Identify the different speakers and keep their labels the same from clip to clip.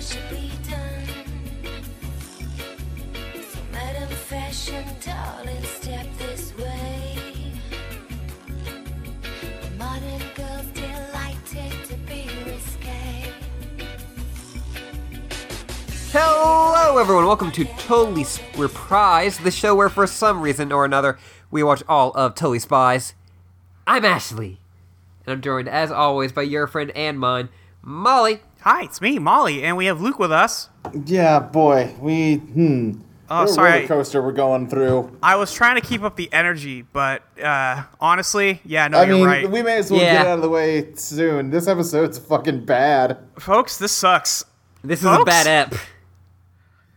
Speaker 1: should be done. So, madam fashion, darling, step this way. The modern girls delighted to be risque.
Speaker 2: Hello, everyone. Welcome to Totally Sp- Reprise, the show where, for some reason or another, we watch all of Totally Spies. I'm Ashley, and I'm joined, as always, by your friend and mine, Molly.
Speaker 3: Hi, it's me, Molly, and we have Luke with us.
Speaker 4: Yeah, boy, we hmm.
Speaker 3: Oh,
Speaker 4: what a
Speaker 3: sorry.
Speaker 4: roller coaster we're going through.
Speaker 3: I was trying to keep up the energy, but uh, honestly, yeah, no,
Speaker 4: I
Speaker 3: you're
Speaker 4: mean,
Speaker 3: right,
Speaker 4: we may as well
Speaker 2: Yeah.
Speaker 4: get it out of the way soon. This episode's fucking bad.
Speaker 3: folks. This sucks.
Speaker 2: This is a
Speaker 3: Folks?
Speaker 2: bad ep.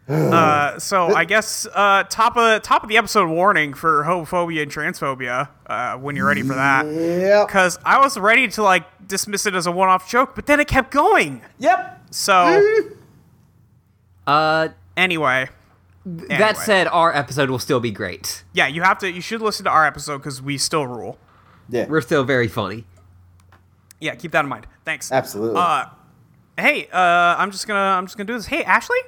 Speaker 3: Uh, so I guess uh, top of top of the episode warning for homophobia and transphobia. Uh, when you're ready for that,
Speaker 4: Yep.
Speaker 3: because I was ready to like dismiss it as a one-off joke, but then it kept going.
Speaker 4: Yep.
Speaker 3: So
Speaker 2: Uh,
Speaker 3: anyway,
Speaker 2: that
Speaker 3: Anyway.
Speaker 2: said, our episode will still be great.
Speaker 3: yeah, you have to. You should listen to our episode because we still rule.
Speaker 4: Yeah.
Speaker 2: We're still very funny.
Speaker 3: Yeah, keep that in mind. Thanks.
Speaker 4: Absolutely.
Speaker 3: Uh, hey, uh, I'm just gonna I'm just gonna do this. Hey, Ashley.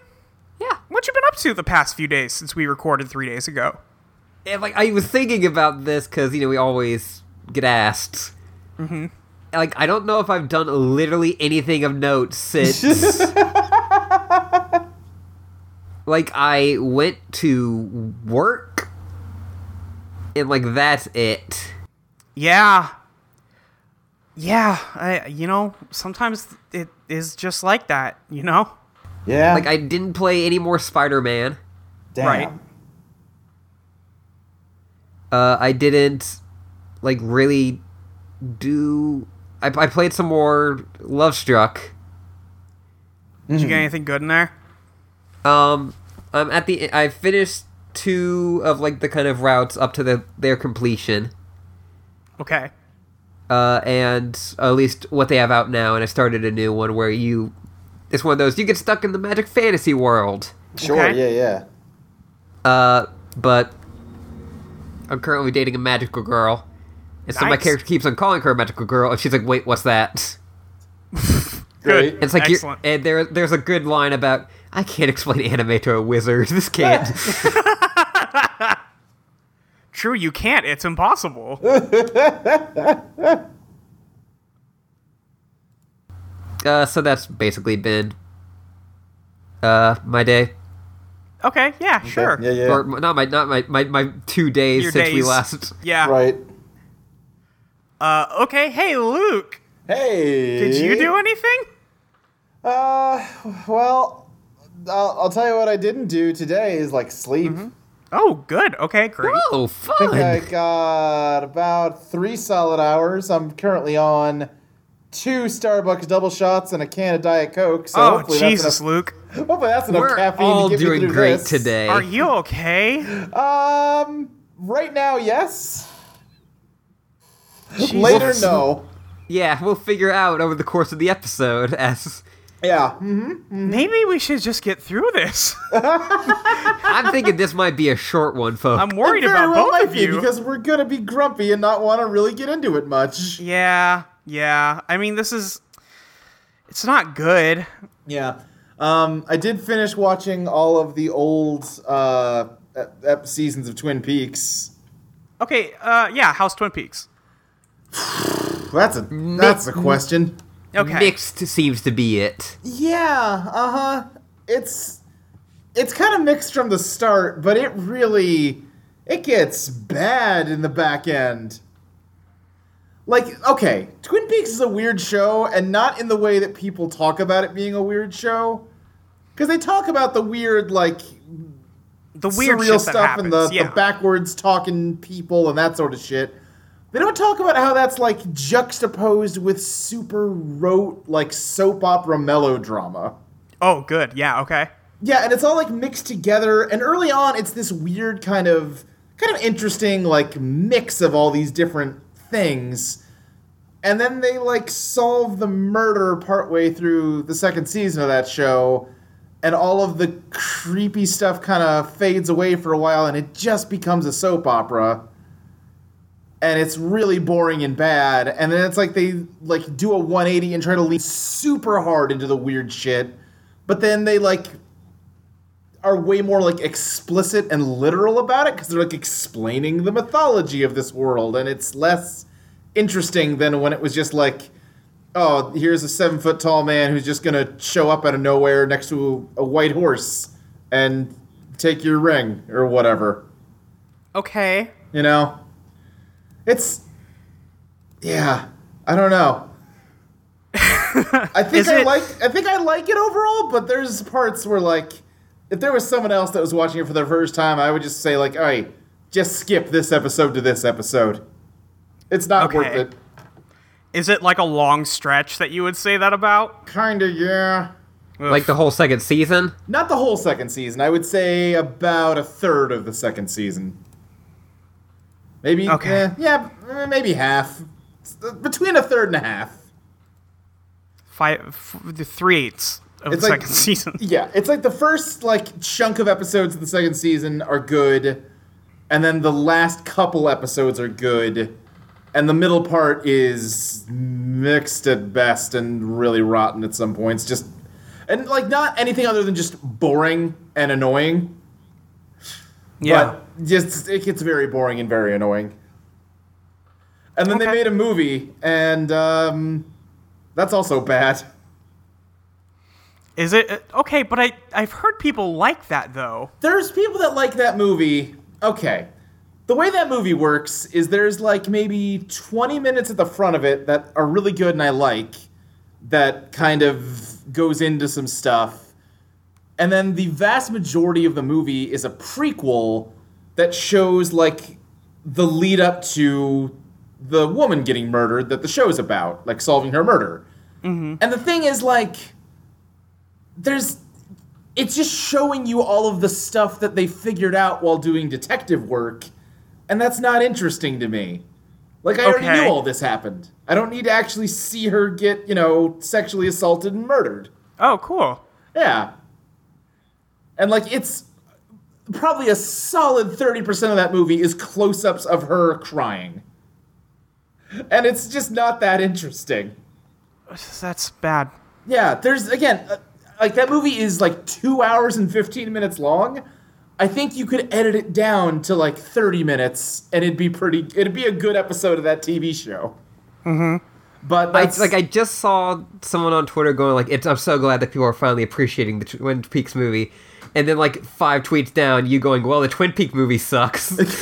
Speaker 2: Yeah.
Speaker 3: What you been up to the past few days since we recorded three days ago?
Speaker 2: And, like I was thinking about this because you know we always get asked. Mm-hmm. Like I don't know if I've done literally anything of note since. like I went to work, and like that's it.
Speaker 3: Yeah, yeah. I, you know, sometimes it is just like that. You know.
Speaker 4: yeah.
Speaker 2: Like I didn't play any more Spider Man.
Speaker 4: Damn.
Speaker 3: right.
Speaker 2: Uh, I didn't like really do. I, I played some more Love Struck.
Speaker 3: Did you get anything good in there?
Speaker 2: Um, I'm at the. I finished two of like the kind of routes up to the, their completion,
Speaker 3: Okay.
Speaker 2: uh, and at least what they have out now. And I started a new one where you, it's one of those you get stuck in the magic fantasy world.
Speaker 4: Sure.
Speaker 3: Okay.
Speaker 4: Yeah. Yeah.
Speaker 2: Uh, but I'm currently dating a magical girl, and so my
Speaker 3: Nice.
Speaker 2: character keeps on calling her a magical girl, and she's like, "Wait, what's that?"
Speaker 4: Great.
Speaker 2: It's like you
Speaker 3: Excellent.
Speaker 2: and there there's a good line about I can't explain anime to a wizard. This can't.
Speaker 3: True, you can't. It's impossible.
Speaker 2: uh, so that's basically been uh my day.
Speaker 3: okay. Yeah. Sure.
Speaker 4: Yeah. Yeah.
Speaker 2: or m- not my not my my, my two days
Speaker 3: Your
Speaker 2: since we
Speaker 3: days.
Speaker 2: last.
Speaker 3: Yeah.
Speaker 4: Right.
Speaker 3: Uh, okay. Hey, Luke.
Speaker 4: Hey.
Speaker 3: Did you do anything?
Speaker 4: Uh, well, I'll, I'll tell you what I didn't do today is like sleep.
Speaker 3: Oh, good. Okay. Great.
Speaker 2: Oh
Speaker 4: I think I
Speaker 2: fun!
Speaker 4: got about three solid hours. I'm currently on two Starbucks double shots and a can of Diet Coke. So
Speaker 3: oh,
Speaker 4: hopefully
Speaker 3: Jesus,
Speaker 4: that's enough,
Speaker 3: Luke.
Speaker 4: hopefully that's enough
Speaker 2: We're
Speaker 4: caffeine
Speaker 2: all
Speaker 4: to get me
Speaker 2: doing
Speaker 4: through
Speaker 2: great
Speaker 4: this.
Speaker 2: today.
Speaker 3: Are you okay?
Speaker 4: Um, right now, yes.
Speaker 3: Jesus.
Speaker 4: Later, no.
Speaker 2: yeah, we'll figure out over the course of the episode as
Speaker 4: Yeah. hmm
Speaker 3: Maybe we should just get through this.
Speaker 2: I'm thinking this might be a short one, folks.
Speaker 3: I'm worried about both of you.
Speaker 4: because we're gonna be grumpy and not want to really get into it much.
Speaker 3: yeah, yeah. I mean, this is. It's not good.
Speaker 4: Yeah. Um, I did finish watching all of the old uh, ep- ep- seasons of Twin Peaks.
Speaker 3: Okay, uh, yeah, House Twin Peaks.
Speaker 4: That's a that's a question.
Speaker 3: Okay.
Speaker 2: Mixed seems to be it.
Speaker 4: Yeah, uh huh. It's it's kind of mixed from the start, but it really it gets bad in the back end. Like, okay, Twin Peaks is a weird show, and not in the way that people talk about it being a weird show, because they talk about the weird, like
Speaker 3: The weird
Speaker 4: surreal
Speaker 3: shit that
Speaker 4: stuff
Speaker 3: happens.
Speaker 4: and the,
Speaker 3: yeah.
Speaker 4: the backwards talking people and that sort of shit. They don't talk about how that's like juxtaposed with super rote like soap opera melodrama.
Speaker 3: oh, good. Yeah. Okay.
Speaker 4: Yeah, and it's all like mixed together. And early on, it's this weird kind of kind of interesting like mix of all these different things. And then they like solve the murder partway through the second season of that show, and all of the creepy stuff kind of fades away for a while, and it just becomes a soap opera. And it's really boring and bad. And then it's like they like do a 180 and try to lean super hard into the weird shit but then they like are way more like explicit and literal about it because they're like explaining the mythology of this world, and it's less interesting than when it was just like, oh, here's a seven foot tall man who's just gonna show up out of nowhere next to a white horse and take your ring or whatever.
Speaker 3: Okay.
Speaker 4: You know, it's yeah. I don't know. I think
Speaker 3: Is
Speaker 4: I
Speaker 3: it-
Speaker 4: like. I think I like it overall, but there's parts where like, if there was someone else that was watching it for the first time, I would just say like, all right, just skip this episode to this episode. It's not worth
Speaker 3: Okay.
Speaker 4: it.
Speaker 3: Is it like a long stretch that you would say that about?
Speaker 4: Kinda, yeah.
Speaker 2: Like the whole second season?
Speaker 4: Not the whole second season. I would say about a third of the second season. Maybe.
Speaker 3: Okay.
Speaker 4: eh, yeah. eh, Maybe half. It's, uh, Between a third and a half.
Speaker 3: Five, f- the three eighths of
Speaker 4: It's
Speaker 3: the
Speaker 4: like-
Speaker 3: second season.
Speaker 4: Yeah, it's like the first like chunk of episodes of the second season are good, and then the last couple episodes are good, and the middle part is mixed at best and really rotten at some points. Just and like not anything other than just boring and annoying. But just it gets very boring and very annoying. And then they
Speaker 3: Okay.
Speaker 4: made a movie, and um, that's also bad.
Speaker 3: Is it uh, okay? But I I've heard people like that though.
Speaker 4: there's people that like that movie. Okay. The way that movie works is there's like maybe 20 minutes at the front of it that are really good and I like that kind of goes into some stuff. And then the vast majority of the movie is a prequel that shows like the lead up to the woman getting murdered that the show's about, like solving her murder. And the thing is like there's it's just showing you all of the stuff that they figured out while doing detective work, and that's not interesting to me. Like I already
Speaker 3: Okay.
Speaker 4: knew all this happened. I don't need to actually see her get, you know, sexually assaulted and murdered.
Speaker 3: Oh, cool.
Speaker 4: Yeah. And like it's probably a solid 30% of that movie is close-ups of her crying. And it's just not that interesting.
Speaker 3: That's bad.
Speaker 4: Yeah, there's again, uh, like that movie is like two hours and fifteen minutes long. I think you could edit it down to like thirty minutes, and it'd be pretty. It'd be a good episode of that TV show. Mm-hmm. But
Speaker 2: I,
Speaker 4: that's-
Speaker 2: like I just saw someone on Twitter going like, it's, "I'm so glad that people are finally appreciating the Tw- Twin Peaks movie," and then like five tweets down, you going, "Well, the Twin Peak movie sucks."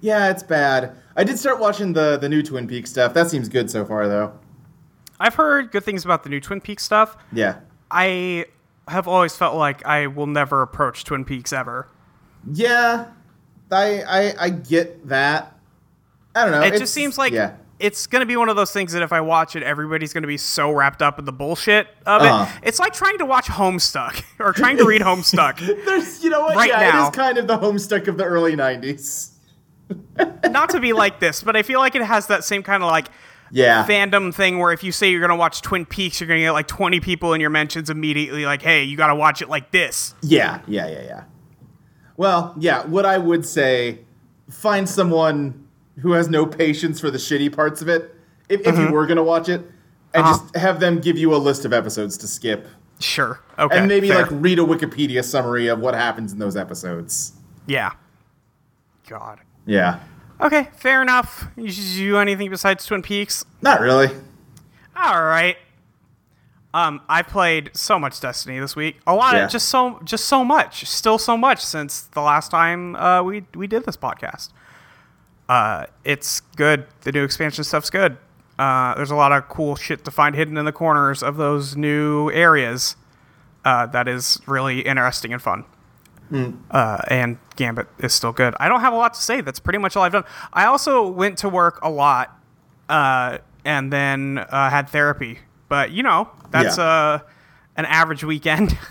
Speaker 4: yeah, it's bad. I did start watching the the new Twin Peaks stuff. That seems good so far, though.
Speaker 3: I've heard good things about the new Twin Peaks stuff.
Speaker 4: Yeah,
Speaker 3: I have always felt like I will never approach Twin Peaks ever.
Speaker 4: yeah. I I, I get that. I don't know.
Speaker 3: It
Speaker 4: it's-
Speaker 3: just seems like
Speaker 4: yeah.
Speaker 3: it's going to be one of those things that if I watch it, everybody's going to be so wrapped up in the bullshit of
Speaker 4: Uh-huh.
Speaker 3: it. It's like trying to watch Homestuck or trying to read Homestuck.
Speaker 4: There's, you know what?
Speaker 3: Right
Speaker 4: yeah, it
Speaker 3: now-
Speaker 4: is kind of the homestuck of the early '90s.
Speaker 3: Not to be like this, but I feel like it has that same kind of like
Speaker 4: Yeah.
Speaker 3: fandom thing where if you say you're going to watch Twin Peaks, you're going to get like 20 people in your mentions immediately like, "Hey, you got to watch it like this."
Speaker 4: Yeah, yeah, yeah, yeah. Well, yeah, what I would say, find someone who has no patience for the shitty parts of it, if, if
Speaker 3: Mm-hmm.
Speaker 4: you were going to watch it, and
Speaker 3: Uh-huh.
Speaker 4: just have them give you a list of episodes to skip.
Speaker 3: Sure. Okay.
Speaker 4: And maybe,
Speaker 3: fair.
Speaker 4: like, read a Wikipedia summary of what happens in those episodes.
Speaker 3: yeah. God.
Speaker 4: Yeah.
Speaker 3: Okay, fair enough. You should do anything besides Twin Peaks?
Speaker 4: Not really.
Speaker 3: All right. Um, I played so much Destiny this week. A lot
Speaker 4: Yeah.
Speaker 3: of just so just so much, still so much since the last time uh, we we did this podcast. Uh, it's good. The new expansion stuff's good. Uh, there's a lot of cool shit to find hidden in the corners of those new areas. Uh, that is really interesting and fun.
Speaker 4: Hmm.
Speaker 3: Uh, and Gambit is still good. I don't have a lot to say. That's pretty much all I've done. I also went to work a lot uh, and then uh, had therapy. But you know, that's
Speaker 4: Yeah.
Speaker 3: uh, an average weekend.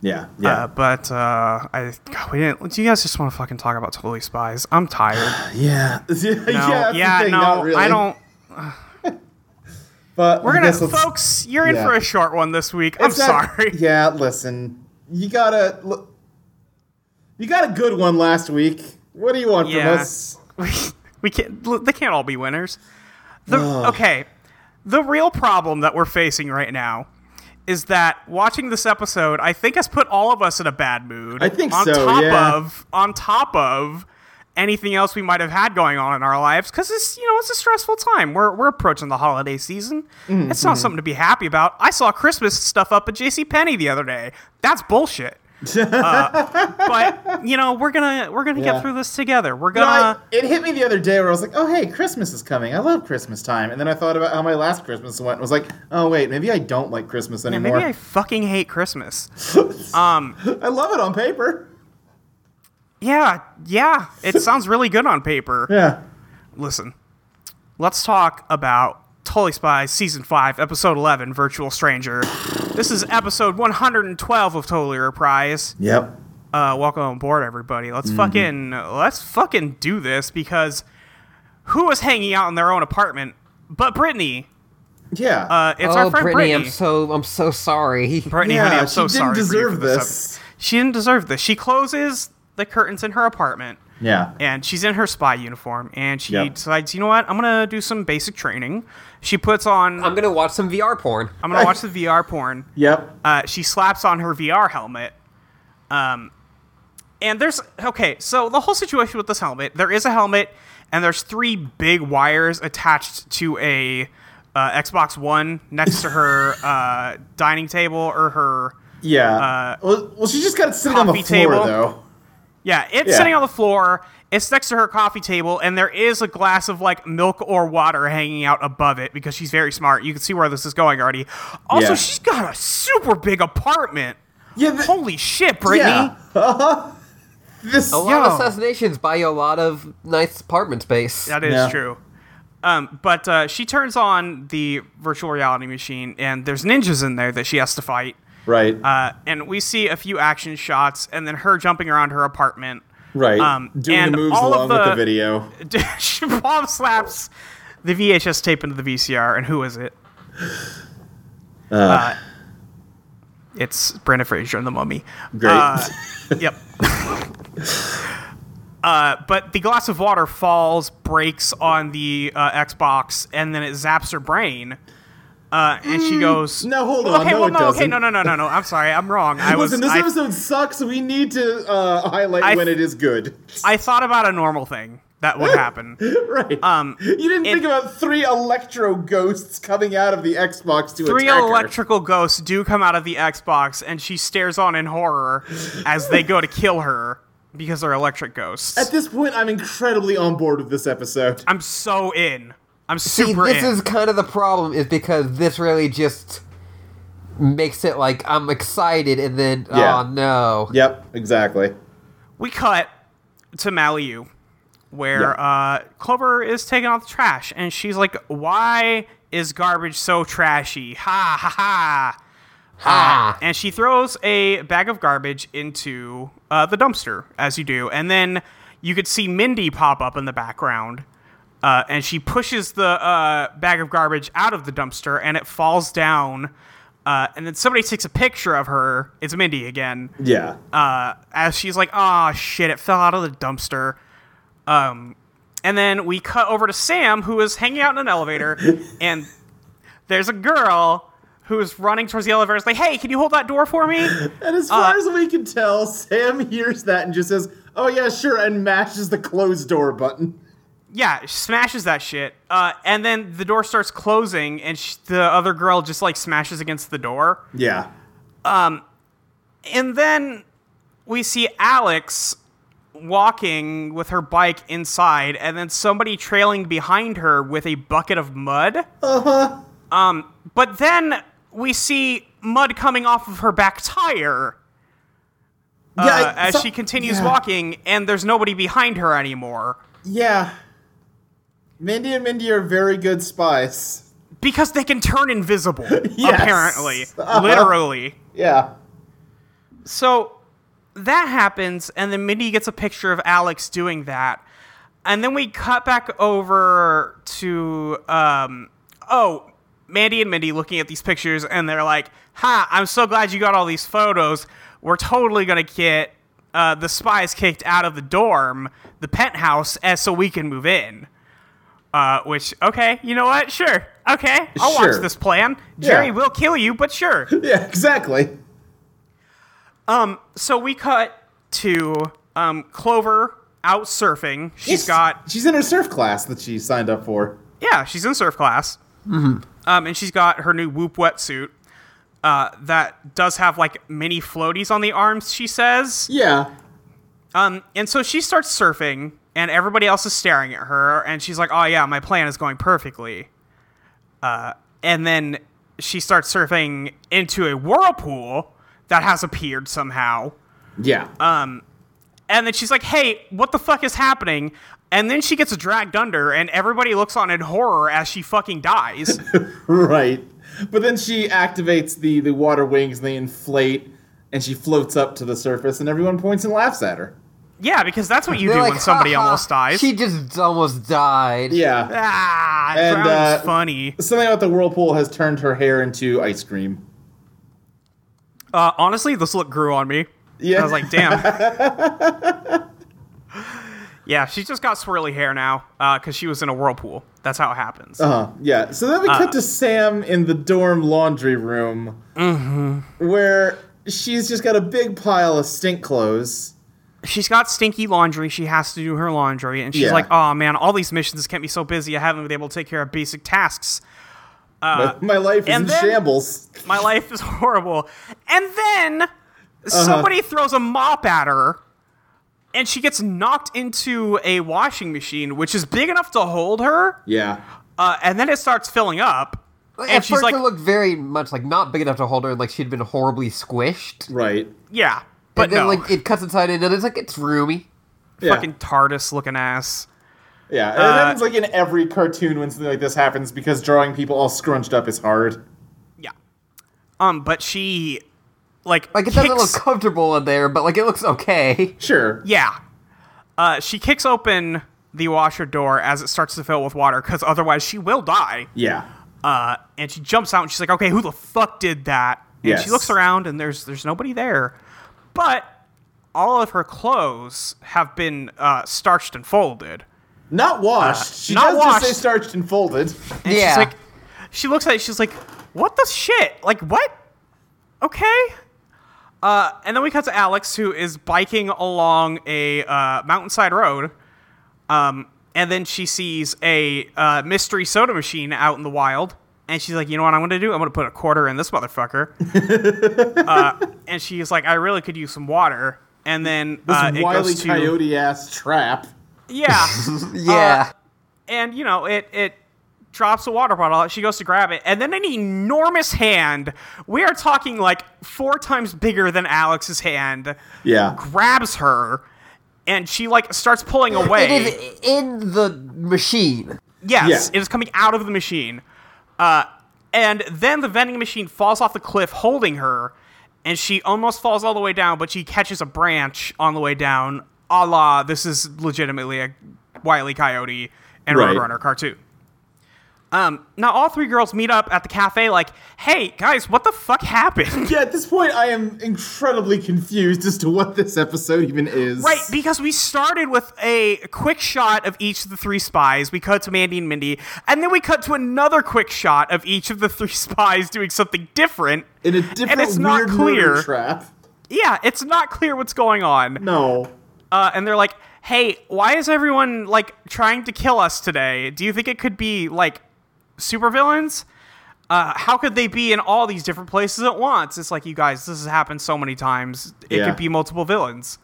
Speaker 4: Yeah, yeah.
Speaker 3: Uh, but uh, I, God, we didn't. Do you guys just want to fucking talk about totally spies? I'm tired.
Speaker 4: yeah. yeah,
Speaker 3: No,
Speaker 4: that's the
Speaker 3: yeah,
Speaker 4: thing,
Speaker 3: no,
Speaker 4: not really.
Speaker 3: I don't.
Speaker 4: But
Speaker 3: We're
Speaker 4: I
Speaker 3: gonna,
Speaker 4: guess let's-
Speaker 3: folks. You're in
Speaker 4: yeah.
Speaker 3: for a short one this week. I'm
Speaker 4: It's not-
Speaker 3: sorry.
Speaker 4: Yeah, listen, you gotta. look you got a good one last week. What do you want
Speaker 3: Yeah.
Speaker 4: from us?
Speaker 3: we can't. They can't all be winners. The, okay, the real problem that we're facing right now is that watching this episode, I think, has put all of us in a bad mood.
Speaker 4: I think
Speaker 3: on
Speaker 4: so,
Speaker 3: Top
Speaker 4: yeah.
Speaker 3: of on top of anything else we might have had going on in our lives, because it's you know it's a stressful time. We're we're approaching the holiday season.
Speaker 4: Mm-hmm,
Speaker 3: it's not something to be happy about. I saw Christmas stuff up at J.C. Penney the other day. That's bullshit. Uh, but you know we're gonna we're gonna
Speaker 4: Yeah.
Speaker 3: get through this together. We're
Speaker 4: You know, I-
Speaker 3: gonna.
Speaker 4: it hit me the other day where I was like, "Oh, hey, Christmas is coming. I love Christmas time." And then I thought about how my last Christmas went and was like, "Oh, wait, maybe I don't like Christmas
Speaker 3: Yeah,
Speaker 4: anymore."
Speaker 3: maybe I fucking hate Christmas.
Speaker 4: I love it on paper.
Speaker 3: Yeah, yeah. It sounds really good on paper.
Speaker 4: Yeah.
Speaker 3: listen, let's talk about Totally Spies Season 5, Episode 11, Virtual Stranger. This is episode 112 of Totally Reprise.
Speaker 4: Yep.
Speaker 3: Uh, welcome on board, everybody. Let's
Speaker 4: Mm-hmm.
Speaker 3: fucking let's fucking do this because who was hanging out in their own apartment but Brittany?
Speaker 4: Yeah.
Speaker 3: Uh, it's
Speaker 2: oh,
Speaker 3: our friend
Speaker 2: Brittany,
Speaker 3: Brittany.
Speaker 2: I'm so I'm so sorry.
Speaker 3: Brittany,
Speaker 4: yeah,
Speaker 3: honey, I'm
Speaker 4: she
Speaker 3: so
Speaker 4: didn't
Speaker 3: sorry. for you
Speaker 4: deserve
Speaker 3: for
Speaker 4: this.
Speaker 3: episode. She didn't deserve this. She closes the curtains in her apartment
Speaker 4: yeah.
Speaker 3: and she's in her spy uniform and she
Speaker 4: Yep.
Speaker 3: decides you know what i'm gonna do some basic training she puts on
Speaker 2: I'm gonna watch some VR porn.
Speaker 3: i'm gonna watch the vr porn
Speaker 4: Yep.
Speaker 3: uh, she slaps on her vr helmet um, and there's okay so the whole situation with this helmet there is a helmet and there's three big wires attached to a uh, xbox one next to her uh, dining table or her
Speaker 4: Yeah. well, well, she just got it sitting on the
Speaker 3: Uh, coffee
Speaker 4: floor
Speaker 3: table.
Speaker 4: though.
Speaker 3: Yeah, it's
Speaker 4: Yeah.
Speaker 3: sitting on the floor. It's next to her coffee table, and there is a glass of like milk or water hanging out above it because she's very smart. You can see where this is going already. Also,
Speaker 4: Yeah.
Speaker 3: she's got a super big apartment.
Speaker 4: Yeah. The,
Speaker 3: Holy shit, Brittany!
Speaker 4: yeah. Uh-huh. This.
Speaker 2: A lot
Speaker 3: Yo.
Speaker 2: of assassinations buy you a lot of nice apartment space.
Speaker 3: That is
Speaker 4: Yeah.
Speaker 3: true. Um, but uh, she turns on the virtual reality machine, and there's ninjas in there that she has to fight.
Speaker 4: Right.
Speaker 3: Uh, and we see a few action shots, and then her jumping around her apartment.
Speaker 4: right.
Speaker 3: um,
Speaker 4: Doing
Speaker 3: and
Speaker 4: the moves
Speaker 3: all of
Speaker 4: along with
Speaker 3: the-
Speaker 4: the video.
Speaker 3: she palm slaps the VHS tape into the VCR, and who is it? Uh, it's Brandon Fraser in The Mummy.
Speaker 4: Great.
Speaker 3: Uh, yep. Uh, but the glass of water falls, breaks on the uh, Xbox, and then it zaps her brain. Uh, and she goes,
Speaker 4: Mm. no, hold
Speaker 3: Well,
Speaker 4: on.
Speaker 3: Okay,
Speaker 4: No,
Speaker 3: well,
Speaker 4: it
Speaker 3: no, okay,
Speaker 4: doesn't.
Speaker 3: no, no, no, no, no. I'm sorry, I'm wrong. I was.
Speaker 4: Listen, this
Speaker 3: I,
Speaker 4: episode sucks. We need to uh, highlight
Speaker 3: I-
Speaker 4: when it is good.
Speaker 3: I thought about a normal thing that would happen.
Speaker 4: right. Um, you didn't
Speaker 3: it-
Speaker 4: think about three electro ghosts coming out of the Xbox to
Speaker 3: three
Speaker 4: attack her.
Speaker 3: electrical ghosts do come out of the Xbox, and she stares on in horror as they go to kill her because they're electric
Speaker 4: At
Speaker 3: ghosts.
Speaker 4: this point, I'm incredibly on board with this episode.
Speaker 3: I'm so in. I'm
Speaker 2: See,
Speaker 3: super
Speaker 2: this
Speaker 3: in.
Speaker 2: is kind of the problem, is because this really just makes it like I'm excited, and then
Speaker 4: Yeah.
Speaker 2: oh no,
Speaker 4: Yep, exactly.
Speaker 3: we cut to Maliu, where
Speaker 4: Yeah.
Speaker 3: uh, Clover is taking out the trash, and she's like, "Why is garbage so trashy? Ha ha ha!" Uh,
Speaker 2: ah,
Speaker 3: And she throws a bag of garbage into uh, the dumpster, as you do. And then you could see Mindy pop up in the background. Uh, and she pushes the uh, bag of garbage out of the dumpster and it falls down. Uh, and then somebody takes a picture of her. It's Mindy again.
Speaker 4: Yeah.
Speaker 3: Uh, as she's like, oh shit, it fell out of the dumpster. Um, and then we cut over to Sam, who is hanging out in an elevator, and there's a girl who is running towards the elevator. It's like, hey, can you hold that door for me?
Speaker 4: and as far
Speaker 3: uh,
Speaker 4: as we can tell, Sam hears that and just says, "Oh yeah, sure," and mashes the close door button.
Speaker 3: yeah, she smashes that shit. Uh, and then the door starts closing, and sh- the other girl just like smashes against the door.
Speaker 4: Yeah.
Speaker 3: And then we see Alex walking with her bike inside, and then somebody trailing behind her with a bucket of mud. Uh-huh. Um, but then we see mud coming off of her back tire
Speaker 4: Yeah.
Speaker 3: uh,
Speaker 4: I-
Speaker 3: as
Speaker 4: so-
Speaker 3: she continues
Speaker 4: yeah.
Speaker 3: walking, and there's nobody behind her anymore.
Speaker 4: Yeah. Mindy and Mindy are very good spies.
Speaker 3: Because they can turn invisible,
Speaker 4: Yes.
Speaker 3: apparently.
Speaker 4: Uh-huh.
Speaker 3: Literally.
Speaker 4: Yeah.
Speaker 3: So that happens, and then Mindy gets a picture of Alex doing that. And then we cut back over to, um, oh, Mandy and Mindy looking at these pictures, and they're like, ha, I'm so glad you got all these photos. We're totally going to get uh, eh, the spies kicked out of the dorm, the penthouse, as so we can move in. Uh, which okay, you know what? Sure. Okay, I'll
Speaker 4: Sure.
Speaker 3: watch this plan. Jerry
Speaker 4: Yeah.
Speaker 3: will kill you, but sure.
Speaker 4: Yeah, exactly.
Speaker 3: so we cut to um, Clover out surfing. She's
Speaker 4: Yes.
Speaker 3: got
Speaker 4: She's in her surf class that she signed up for.
Speaker 3: Yeah, she's in surf class. Um, and she's got her new whoop wetsuit uh, that does have like mini floaties on the arms, she says.
Speaker 4: Yeah.
Speaker 3: Um, and so she starts surfing, and everybody else is staring at her, and she's like, oh, yeah, my plan is going perfectly. Uh, and then she starts surfing into a whirlpool that has appeared somehow.
Speaker 4: Yeah.
Speaker 3: Uh, And then she's like, hey, what the fuck is happening? And then she gets dragged under, and everybody looks on in horror as she fucking dies.
Speaker 4: right. But then she activates the, the water wings and they inflate and she floats up to the surface and everyone points and laughs at her.
Speaker 3: Yeah, because that's what you
Speaker 2: They're
Speaker 3: do
Speaker 2: like,
Speaker 3: when somebody
Speaker 2: "Ha, ha,
Speaker 3: almost dies.
Speaker 2: She just almost died.
Speaker 4: Yeah.
Speaker 3: ah,
Speaker 4: And,
Speaker 3: drowning's
Speaker 4: uh,
Speaker 3: funny.
Speaker 4: Something about the whirlpool has turned her hair into ice cream.
Speaker 3: Uh, honestly, this look grew on me.
Speaker 4: Yeah.
Speaker 3: I was like, damn. yeah, she's just got swirly hair now because she was in a whirlpool. That's how it happens.
Speaker 4: Uh, yeah. So then we cut to Sam in the dorm laundry room
Speaker 3: Mm-hmm.
Speaker 4: where she's just got a big pile of stink clothes.
Speaker 3: she's got stinky laundry. She has to do her laundry, and she's
Speaker 4: Yeah.
Speaker 3: like, oh man, all these missions kept me so busy. I haven't been able to take care of basic tasks.
Speaker 4: my, my life is
Speaker 3: Uh, and
Speaker 4: in
Speaker 3: then-
Speaker 4: shambles.
Speaker 3: My life is horrible. And then
Speaker 2: Uh-huh.
Speaker 3: somebody throws a mop at her, and she gets knocked into a washing machine, which is big enough to hold her.
Speaker 4: Yeah.
Speaker 3: Uh, and then it starts filling up,
Speaker 2: Like,
Speaker 3: and
Speaker 2: At
Speaker 3: she's
Speaker 2: first,
Speaker 3: like,
Speaker 2: it looked very much like not big enough to hold her, like she'd been horribly squished.
Speaker 4: Right.
Speaker 3: "Yeah, but
Speaker 2: and then,
Speaker 3: no,
Speaker 2: like, it cuts inside and it's like, it's roomy.
Speaker 4: Yeah.
Speaker 3: fucking uh, TARDIS looking ass."
Speaker 4: Yeah, and it happens like in every cartoon when something like this happens because drawing people all scrunched up is hard.
Speaker 3: Yeah. Um, but she, like,
Speaker 2: Like, it
Speaker 3: kicks,
Speaker 2: doesn't look comfortable in there, but, like, it looks okay.
Speaker 4: Sure.
Speaker 3: Yeah. Uh, she kicks open the washer door as it starts to fill with water, because otherwise she will die.
Speaker 4: Yeah.
Speaker 3: Uh, and she jumps out and she's like, "Okay, who the fuck did that?" And
Speaker 4: Yes.
Speaker 3: she looks around and there's there's nobody there, but all of her clothes have been uh, starched and folded.
Speaker 4: Not washed. she
Speaker 3: Uh, not
Speaker 4: does
Speaker 3: washed.
Speaker 4: just say starched and folded.
Speaker 3: And
Speaker 2: Yeah.
Speaker 3: she's like, she looks at it. She's like, "What the shit? Like what? Okay." Uh, and then we cut to Alex, who is biking along a uh, mountainside road, um, and then she sees a uh, mystery soda machine out in the wild, and she's like, "You know what I'm going to do? I'm going to put a quarter in this motherfucker." uh, and she's like, "I really could use some water." And then
Speaker 4: This
Speaker 3: uh, it
Speaker 4: wily
Speaker 3: goes to
Speaker 4: coyote ass trap.
Speaker 3: yeah,
Speaker 2: Yeah.
Speaker 3: and you know it it drops the water bottle she goes to grab it and then an enormous hand we are talking like four times bigger than alex's hand
Speaker 4: Yeah.
Speaker 3: grabs her and she like starts pulling
Speaker 2: it
Speaker 3: away
Speaker 2: is in the machine.
Speaker 3: yes
Speaker 4: Yeah.
Speaker 3: it is coming out of the machine uh, and then the vending machine falls off the cliff holding her and she almost falls all the way down but she catches a branch on the way down a la this is legitimately a wily coyote and
Speaker 4: Right.
Speaker 3: roadrunner cartoon um, now all three girls meet up at the cafe like hey guys what the fuck happened
Speaker 4: Yeah, at this point I am incredibly confused as to what this episode even is.
Speaker 3: Right, because we started with a quick shot of each of the three spies. We cut to Mandy and Mindy, and then we cut to another quick shot of each of the three spies doing something different.
Speaker 4: In a different
Speaker 3: it's not
Speaker 4: weird murder
Speaker 3: clear.
Speaker 4: trap.
Speaker 3: Yeah, it's not clear what's going on.
Speaker 4: No.
Speaker 3: Uh, and they're like, "Hey, why is everyone like trying to kill us today? Do you think it could be like supervillains? Uh, how could they be in all these different places at once? It's like, you guys, this has happened so many times. It
Speaker 4: Yeah.
Speaker 3: could be multiple villains."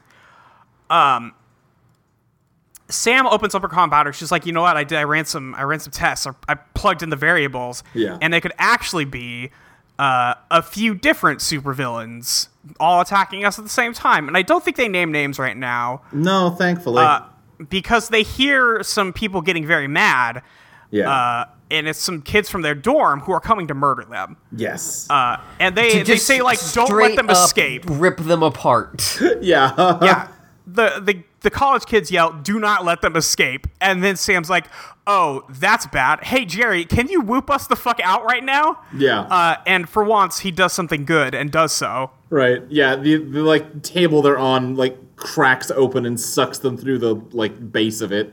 Speaker 3: Um, Sam opens up her compounder. She's like, "You know what? I did. I ran some. I ran some tests. I, I plugged in the variables.
Speaker 4: Yeah.
Speaker 3: and they could actually be." Uh, a few different supervillains all attacking us at the same time, and I don't think they name names right now
Speaker 4: No, thankfully.
Speaker 3: Uh, because they hear some people getting very mad,
Speaker 4: yeah.
Speaker 3: uh, and it's some kids from their dorm who are coming to murder them.
Speaker 4: yes.
Speaker 3: Uh, and they, they
Speaker 2: Just
Speaker 3: say like, "Don't let
Speaker 2: straight
Speaker 3: them
Speaker 2: up
Speaker 3: escape."
Speaker 2: Rip them apart.
Speaker 4: yeah.
Speaker 3: yeah. The, the the college kids yell, "Do not let them escape!" And then Sam's like, "Oh, that's bad. Hey Jerry, can you whoop us the fuck out right now?"
Speaker 4: Yeah.
Speaker 3: Uh, and for once, he does something good and does so.
Speaker 4: Right. Yeah. The, the like table they're on like cracks open and sucks them through the like base of it.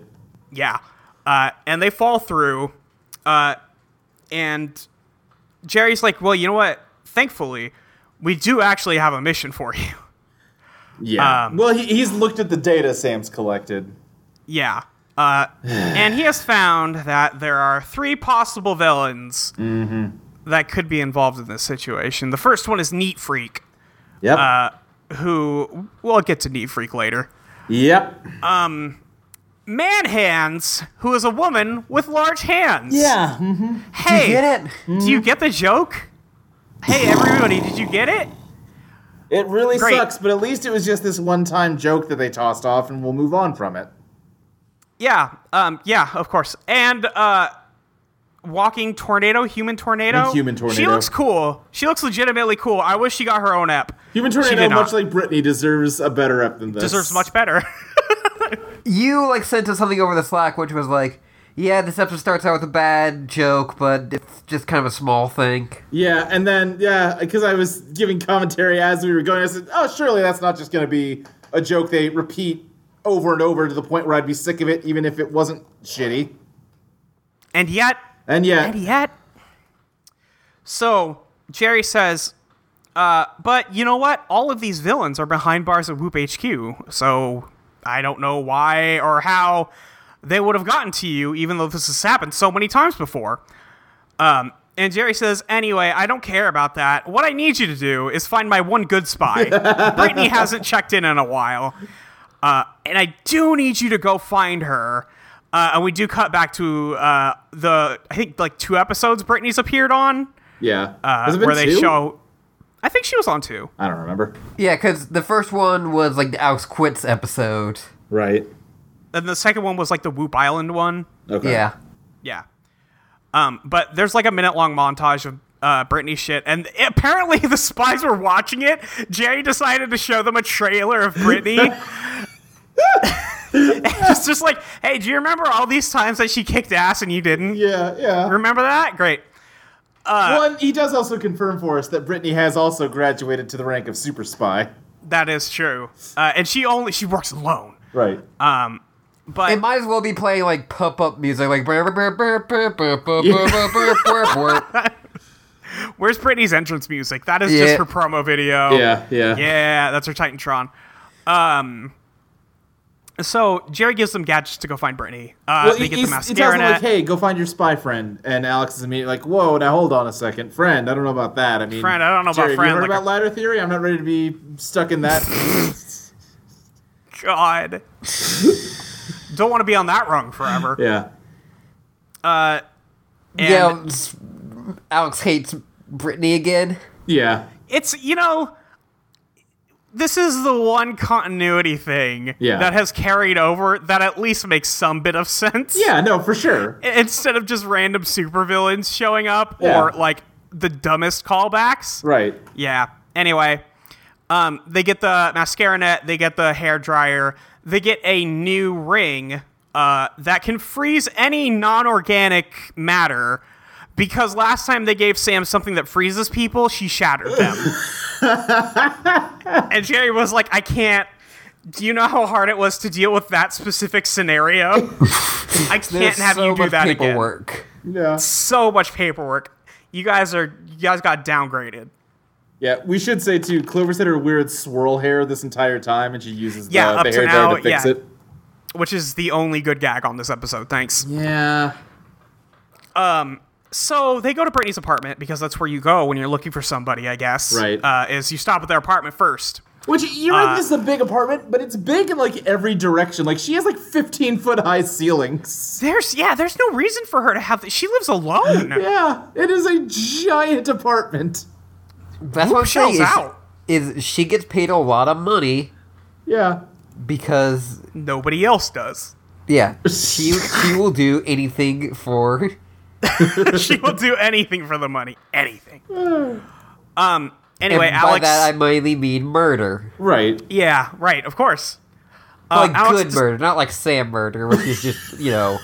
Speaker 3: Yeah. uh, and they fall through. Uh, and Jerry's like, "Well, you know what? Thankfully, we do actually have a mission for you."
Speaker 4: Yeah.
Speaker 3: Um,
Speaker 4: well, he, he's looked at the data Sam's collected.
Speaker 3: yeah. Uh, and he has found that there are three possible villains
Speaker 4: Mm-hmm.
Speaker 3: that could be involved in this situation. The first one is Neat Freak,
Speaker 4: Yep.
Speaker 3: Uh, who we'll get to Neat Freak later.
Speaker 4: yep.
Speaker 3: Man Hands, who is a woman with large hands.
Speaker 4: Yeah.
Speaker 3: Hey,
Speaker 2: Get it?
Speaker 3: do you get the joke? Hey, everybody, did you get it?
Speaker 4: It really
Speaker 3: Great.
Speaker 4: sucks, but at least it was just this one time joke that they tossed off, and we'll move on from it.
Speaker 3: Yeah, um, yeah, of course. And uh, walking tornado, human tornado.
Speaker 4: And human
Speaker 3: She
Speaker 4: tornado.
Speaker 3: looks cool. She looks legitimately cool. I wish she got her own app.
Speaker 4: Human
Speaker 3: did
Speaker 4: Tornado,
Speaker 3: not.
Speaker 4: much like Britney, deserves a better up than this.
Speaker 3: Deserves much better.
Speaker 2: You like sent us something over the Slack, which was like, yeah, this episode starts out with a bad joke, but it's just kind of a small thing.
Speaker 4: Yeah, and then yeah, because I was giving commentary as we were going, I said, "Oh, surely that's not just going to be a joke they repeat over and over to the point where I'd be sick of it, even if it wasn't shitty."
Speaker 3: and yet,
Speaker 4: And
Speaker 3: and
Speaker 4: yeah,
Speaker 3: yet. So Jerry says, uh, but you know what? All of these villains are behind bars at Whoop HQ, so I don't know why or how they would have gotten to you, even though this has happened so many times before. Um, and Jerry says, anyway, I don't care about that. What I need you to do is find my one good spy. Brittany hasn't checked in in a while. Uh, and I do need you to go find her. Uh, and we do cut back to uh, the, I think, like two episodes Brittany's appeared on
Speaker 4: yeah,
Speaker 3: uh,
Speaker 4: Has it been
Speaker 3: where they
Speaker 4: two?
Speaker 3: show. I think she was on two.
Speaker 4: I don't remember.
Speaker 2: Yeah, because the first one was like the Alex Quits episode.
Speaker 4: Right.
Speaker 3: And the second one was like the Whoop Island one.
Speaker 4: Okay.
Speaker 2: Yeah.
Speaker 3: Yeah. Um, but there's like a minute long montage of uh, Britney shit, and apparently the spies were watching it. Jerry decided to show them a trailer of Britney. it's just like, hey, do you remember all these times that she kicked ass and you didn't?
Speaker 4: Yeah, yeah.
Speaker 3: Remember that? Great.
Speaker 4: well, and he does also confirm for us that Brittany has also graduated to the rank of super spy.
Speaker 3: That is true. Uh, and she only she works alone.
Speaker 4: Right.
Speaker 3: But
Speaker 2: It might as well be playing like pop up music, like. brr, brr, brr, brr, brr, brr, brr, brr, brr, brr, brr.
Speaker 3: where's Britney's entrance music? That is
Speaker 2: Yeah.
Speaker 3: just her promo video.
Speaker 4: yeah, yeah.
Speaker 3: Yeah, that's her Titantron. Um, so Jerry gives them gadgets to go find Brittany. Uh,
Speaker 4: Well,
Speaker 3: they
Speaker 4: he,
Speaker 3: get the
Speaker 4: he's- he tells
Speaker 3: mascara
Speaker 4: him like,
Speaker 3: net.
Speaker 4: "Hey, go find your spy friend," and Alex is immediately like, "Whoa, now hold on a second, friend. I don't know about that. I mean,
Speaker 3: Friend, I don't know about
Speaker 4: Jerry, have
Speaker 3: friend,
Speaker 4: You heard
Speaker 3: like
Speaker 4: about
Speaker 3: a-
Speaker 4: ladder theory? I'm not ready to be stuck in that.
Speaker 3: God, don't want to be on that rung forever.
Speaker 4: yeah,
Speaker 3: And
Speaker 2: yeah, s- Alex hates Brittany again.
Speaker 4: yeah,
Speaker 3: it's you know, this is the one continuity thing
Speaker 4: Yeah.
Speaker 3: that has carried over that at least makes some bit of sense.
Speaker 4: yeah. No, for sure.
Speaker 3: I- Instead of just random supervillains showing up
Speaker 4: Yeah.
Speaker 3: or like the dumbest callbacks.
Speaker 4: Right.
Speaker 3: Yeah. Anyway, um, they get the mascara net, they get the hair dryer, they get a new ring uh, that can freeze any non-organic matter. Because last time they gave Sam something that freezes people, she shattered them. and Jerry was like, "I can't." Do you know how hard it was to deal with that specific scenario? I can't
Speaker 2: There's
Speaker 3: have
Speaker 2: so
Speaker 3: you do
Speaker 2: much
Speaker 3: that again
Speaker 2: paperwork.
Speaker 4: Yeah.
Speaker 3: so much paperwork. You guys are you guys got downgraded.
Speaker 4: Yeah. We should say too. Clover's had her weird swirl hair this entire time, and she uses
Speaker 3: Yeah,
Speaker 4: the,
Speaker 3: up
Speaker 4: the
Speaker 3: to
Speaker 4: hair
Speaker 3: now,
Speaker 4: dye to fix
Speaker 3: yeah.
Speaker 4: it.
Speaker 3: which is the only good gag on this episode. Thanks.
Speaker 4: Yeah.
Speaker 3: So they go to Brittany's apartment because that's where you go when you're looking for somebody, I guess.
Speaker 4: Right.
Speaker 3: Uh, is you stop at their apartment first.
Speaker 4: Which you're
Speaker 3: Uh,
Speaker 4: right, this is a big apartment, but it's big in like every direction. Like she has like 15 foot high ceilings.
Speaker 3: There's yeah, there's no reason for her to have. She lives alone.
Speaker 4: Yeah, it is a giant apartment.
Speaker 2: That's what I'm
Speaker 3: shells
Speaker 2: saying. Is,
Speaker 3: out?
Speaker 2: is she gets paid a lot of money
Speaker 4: Yeah.
Speaker 2: because
Speaker 3: Nobody else does.
Speaker 2: yeah, she she will do anything for.
Speaker 3: she will do anything for the money, anything. um. Anyway,
Speaker 2: and
Speaker 3: Alex.
Speaker 2: by that I mainly mean murder,
Speaker 4: Right.
Speaker 3: yeah. Right. Of course.
Speaker 2: like
Speaker 3: Um, Uh, Alex
Speaker 2: good
Speaker 3: just-
Speaker 2: murder, not like Sam murder, which is just you know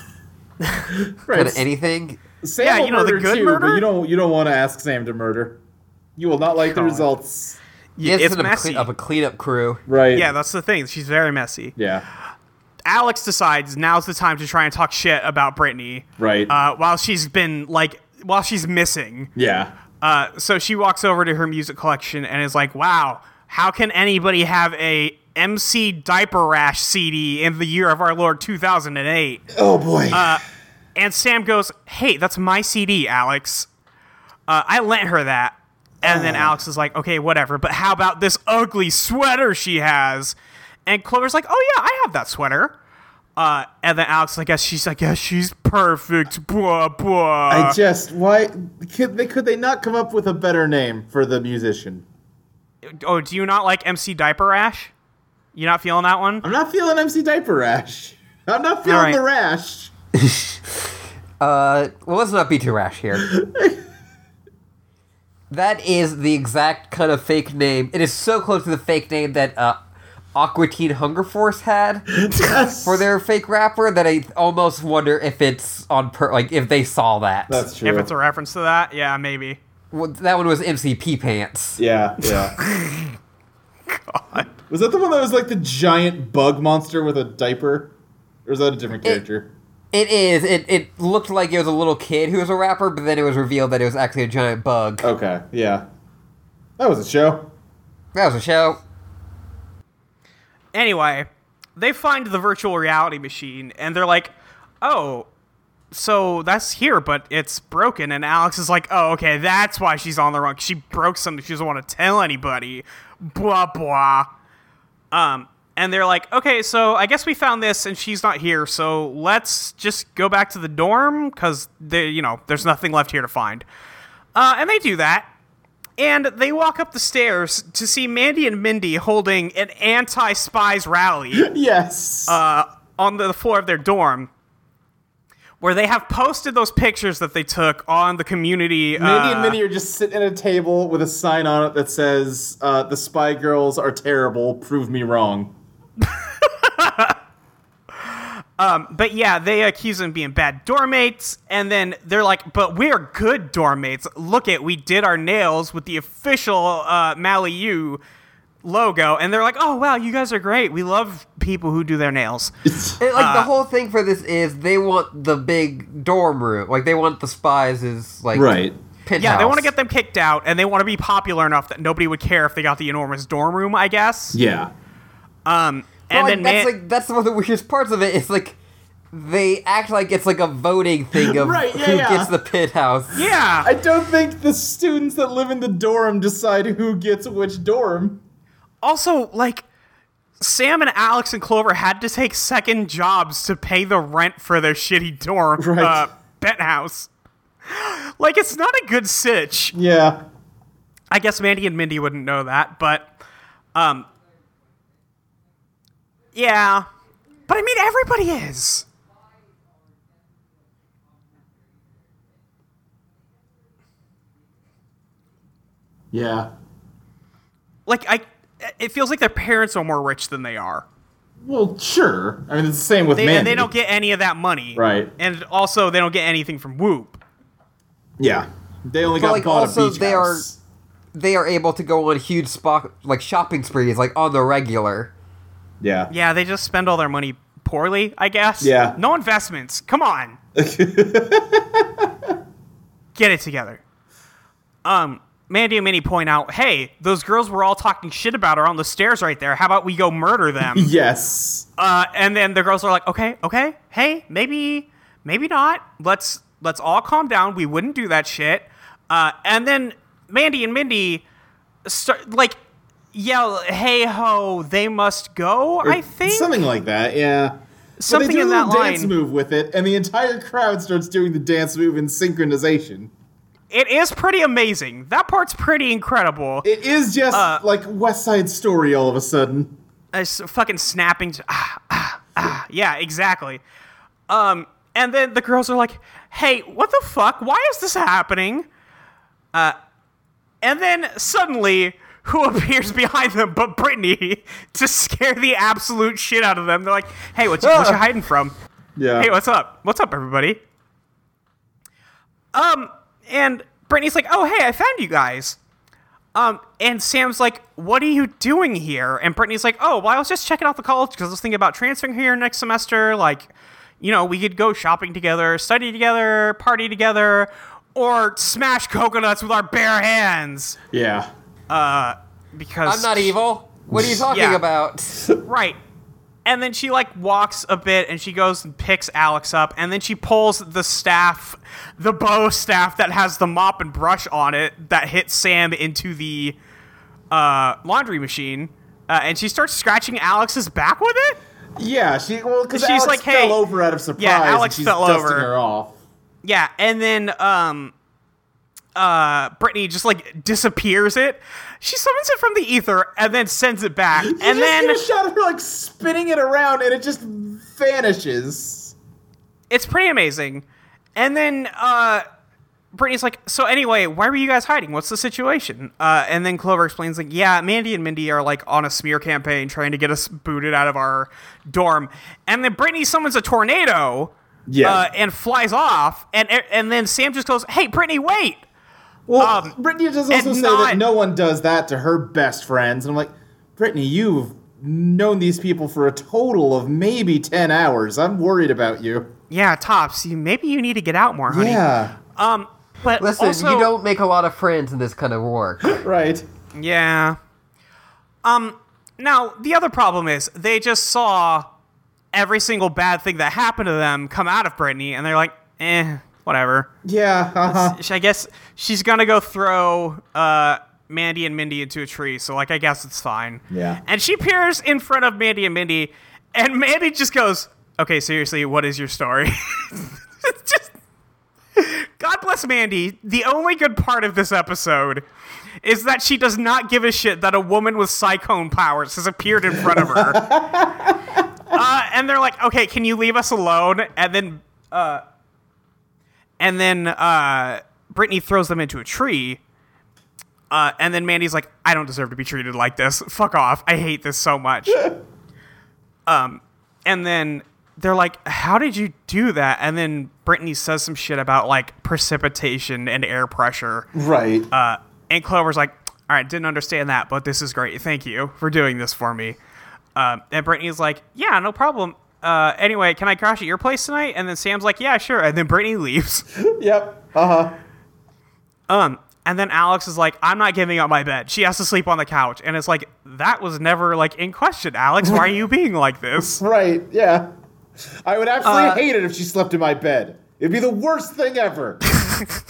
Speaker 2: kind
Speaker 4: Right.
Speaker 2: of anything.
Speaker 4: Sam
Speaker 3: Yeah,
Speaker 4: will
Speaker 3: you know, the
Speaker 4: murder
Speaker 3: good
Speaker 4: too,
Speaker 3: murder?
Speaker 4: but you don't you don't want to ask Sam to murder. You will not like the
Speaker 3: God.
Speaker 4: results.
Speaker 3: Yeah, it's
Speaker 2: of a,
Speaker 3: messy.
Speaker 2: clean, of a cleanup crew.
Speaker 4: Right.
Speaker 3: yeah, that's the thing. She's very messy.
Speaker 4: yeah.
Speaker 3: Alex decides now's the time to try and talk shit about Brittany.
Speaker 4: Right.
Speaker 3: Uh, while she's been like, while she's missing.
Speaker 4: Yeah.
Speaker 3: Uh, so she walks over to her music collection and is like, "Wow, how can anybody have a MC Diaper Rash CD in the year of our Lord 2008?"
Speaker 4: Oh boy.
Speaker 3: And Sam goes, "Hey, that's my CD, Alex. Uh, I lent her that." And then Alex is like, "Okay, whatever, but how about this ugly sweater she has?" And Clover's like, "Oh yeah, I have that sweater." Uh, and then Alex, is like, I guess she's like, yeah, she's perfect. Blah blah.
Speaker 4: I just why could they could they not come up with a better name for the musician?
Speaker 3: oh, do you not like MC Diaper Rash? You not feeling that one?
Speaker 4: I'm not feeling MC Diaper Rash. I'm not feeling
Speaker 3: Alright.
Speaker 4: the rash.
Speaker 2: Uh, well, let's not be too rash here. that is the exact kind of fake name. It is so close to the fake name that uh, Aqua Teen Hunger Force had
Speaker 4: Yes.
Speaker 2: for their fake rapper. That I almost wonder if it's on per like if they saw that.
Speaker 4: That's true.
Speaker 3: If it's a reference to that, yeah, maybe.
Speaker 2: Well, that one was MCP Pants.
Speaker 4: yeah, yeah. Was that the one that was like the giant bug monster with a diaper? Or is that a different character?
Speaker 2: It is. It it looked like it was a little kid who was a rapper, but then it was revealed that it was actually a giant bug.
Speaker 4: okay, yeah. That was a show.
Speaker 2: That was a show.
Speaker 3: Anyway, they find the virtual reality machine and they're like, oh, so that's here, but it's broken. And Alex is like, oh, okay, that's why she's on the run. 'cause She broke something. She doesn't want to tell anybody. Blah, blah. Um, and they're like, okay, so I guess we found this and she's not here. So let's just go back to the dorm because, you know, there's nothing left here to find. Uh, and they do that. And they walk up the stairs to see Mandy and Mindy holding an anti spies rally
Speaker 4: Yes.
Speaker 3: on the floor of their dorm, where they have posted those pictures that they took on the community.
Speaker 4: Mandy and
Speaker 3: uh,
Speaker 4: Minnie are just sitting at a table with a sign on it that says, uh, "The Spy Girls are terrible. Prove me wrong."
Speaker 3: But yeah, they accuse them of being bad dormmates, and then they're like, "But we're good dormmates. Look at we did our nails with the official uh, Mally U logo," and they're like, "Oh wow, you guys are great. We love people who do their nails."
Speaker 2: It, like
Speaker 3: Uh,
Speaker 2: the whole thing for this is they want the big dorm room. Like they want the spies is like
Speaker 4: Right.
Speaker 2: Penthouse.
Speaker 3: Yeah, they want to get them kicked out, and they want to be popular enough that nobody would care if they got the enormous dorm room, I guess.
Speaker 4: Yeah.
Speaker 3: Um,
Speaker 2: Well,
Speaker 3: and then
Speaker 2: like, that's
Speaker 3: Man-
Speaker 2: like that's one of the weirdest parts of it. It's like they act like it's like a voting thing of
Speaker 4: Right, yeah,
Speaker 2: who
Speaker 4: yeah.
Speaker 2: gets the penthouse.
Speaker 3: yeah,
Speaker 4: I don't think the students that live in the dorm decide who gets which dorm.
Speaker 3: also like Sam and Alex and Clover had to take second jobs to pay the rent for their shitty dorm
Speaker 4: Right.
Speaker 3: uh, penthouse. Like it's not a good sitch.
Speaker 4: Yeah.
Speaker 3: I guess Mandy and Mindy wouldn't know that, but um Yeah. But I mean everybody is.
Speaker 4: Yeah.
Speaker 3: Like I it feels like their parents are more rich than they are.
Speaker 4: Well, sure. I mean, it's the same with
Speaker 3: They,
Speaker 4: Mandy.
Speaker 3: and they don't get any of that money.
Speaker 4: Right.
Speaker 3: And also they don't get anything from Whoop.
Speaker 4: Yeah. They only
Speaker 2: But,
Speaker 4: got
Speaker 2: like,
Speaker 4: bought
Speaker 2: also
Speaker 4: a beach
Speaker 2: they are-
Speaker 4: house.
Speaker 2: They are able to go on huge spot like shopping sprees like on the regular.
Speaker 4: Yeah.
Speaker 3: Yeah, they just spend all their money poorly, I guess.
Speaker 4: Yeah.
Speaker 3: No investments. Come on. Get it together. Um, Mandy and Minnie point out, hey, those girls were all talking shit about her on the stairs right there. How about we go murder them?
Speaker 4: Yes.
Speaker 3: uh, and then the girls are like, okay, okay, hey, maybe, maybe not. Let's let's all calm down. We wouldn't do that shit. Uh, and then Mandy and Mindy start like yell, hey ho, they must go. I think
Speaker 4: Something like that, yeah. So
Speaker 3: Something
Speaker 4: they do
Speaker 3: in
Speaker 4: a little
Speaker 3: that
Speaker 4: dance
Speaker 3: line.
Speaker 4: move with it, and the entire crowd starts doing the dance move in synchronization.
Speaker 3: It is pretty amazing. That part's pretty incredible.
Speaker 4: It is just
Speaker 3: Uh,
Speaker 4: like West Side Story all of a sudden.
Speaker 3: It's uh, fucking snapping. to- ah, ah, ah. Yeah, exactly. Um, and then the girls are like, "Hey, what the fuck? Why is this happening?" Uh, and then suddenly, who appears behind them but Brittany to scare the absolute shit out of them? They're like, "Hey, what's what you hiding from?"
Speaker 4: Yeah.
Speaker 3: Hey, what's up? What's up, everybody? Um, and Brittany's like, oh, hey, I found you guys. Um, and Sam's like, "What are you doing here?" And Brittany's like, "Oh, well, I was just checking out the college because I was thinking about transferring here next semester. Like, you know, we could go shopping together, study together, party together, or smash coconuts with our bare hands."
Speaker 4: Yeah.
Speaker 3: Because
Speaker 2: I'm not evil. What are you talking
Speaker 3: Yeah.
Speaker 2: about?
Speaker 3: Right. And then she like walks a bit and she goes and picks Alex up and then she pulls the staff, the bow staff that has the mop and brush on it that hits Sam into the uh, laundry machine. Uh, and she starts scratching Alex's back with it.
Speaker 4: Yeah, she well because
Speaker 3: She's
Speaker 4: Alex
Speaker 3: like,
Speaker 4: fell
Speaker 3: "Hey."
Speaker 4: over out of surprise.
Speaker 3: Yeah, Alex
Speaker 4: and she's
Speaker 3: fell
Speaker 4: dusting
Speaker 3: over.
Speaker 4: her off.
Speaker 3: Yeah, and then um uh Brittany just like disappears it. She summons it from the ether and then sends it back.
Speaker 4: You
Speaker 3: and
Speaker 4: just
Speaker 3: then
Speaker 4: get a shot of her like spinning it around, and it just vanishes.
Speaker 3: it's pretty amazing. And then uh, Brittany's like, "So anyway, why were you guys hiding? What's the situation?" Uh, and then Clover explains, "Like, yeah, Mandy and Mindy are like on a smear campaign trying to get us booted out of our dorm." And then Brittany summons a tornado,
Speaker 4: Yeah.
Speaker 3: uh, and flies off. And and then Sam just goes, "Hey, Brittany, wait!"
Speaker 4: Well,
Speaker 3: Um,
Speaker 4: Brittany does also
Speaker 3: and
Speaker 4: say
Speaker 3: not-
Speaker 4: that no one does that to her best friends, and I'm like, Brittany, you've known these people for a total of maybe ten hours. I'm worried about you.
Speaker 3: Yeah, tops. You maybe you need to get out more, honey.
Speaker 4: Yeah,
Speaker 3: Um, but
Speaker 2: Listen,
Speaker 3: also,
Speaker 2: you don't make a lot of friends in this kind of work.
Speaker 4: right.
Speaker 3: Yeah. Um. Now the other problem is they just saw every single bad thing that happened to them come out of Brittany, and they're like, eh, whatever.
Speaker 4: Yeah, uh-huh.
Speaker 3: Sh- I guess she's gonna go throw uh Mandy and Mindy into a tree, so like I guess it's fine.
Speaker 4: Yeah.
Speaker 3: And she peers in front of Mandy and Mindy, and Mandy just goes, "Okay, seriously, what is your story?" It's just. God bless Mandy. The only good part of this episode is that she does not give a shit that a woman with psychone powers has appeared in front of her. uh, and they're like, "Okay, can you leave us alone?" And then, uh, and then uh, Brittany throws them into a tree. Uh, and then Mandy's like, "I don't deserve to be treated like this. Fuck off. I hate this so much." um, and then they're like, "How did you do that?" And then Brittany says some shit about like precipitation and air pressure.
Speaker 4: right.
Speaker 3: Uh, and Clover's like, all right, didn't understand that, but this is great. Thank you for doing this for me. Um, and Brittany's like, yeah, no problem. Uh, anyway, can I crash at your place tonight? And then Sam's like, yeah, sure. And then Brittany leaves.
Speaker 4: yep. Uh huh.
Speaker 3: Um, and then Alex is like, I'm not giving up my bed. She has to sleep on the couch. And it's like, that was never like in question, Alex. Why are you being like this?
Speaker 4: Right. Yeah. I would
Speaker 3: Uh,
Speaker 4: absolutely hate it if she slept in my bed. It'd be the worst thing ever.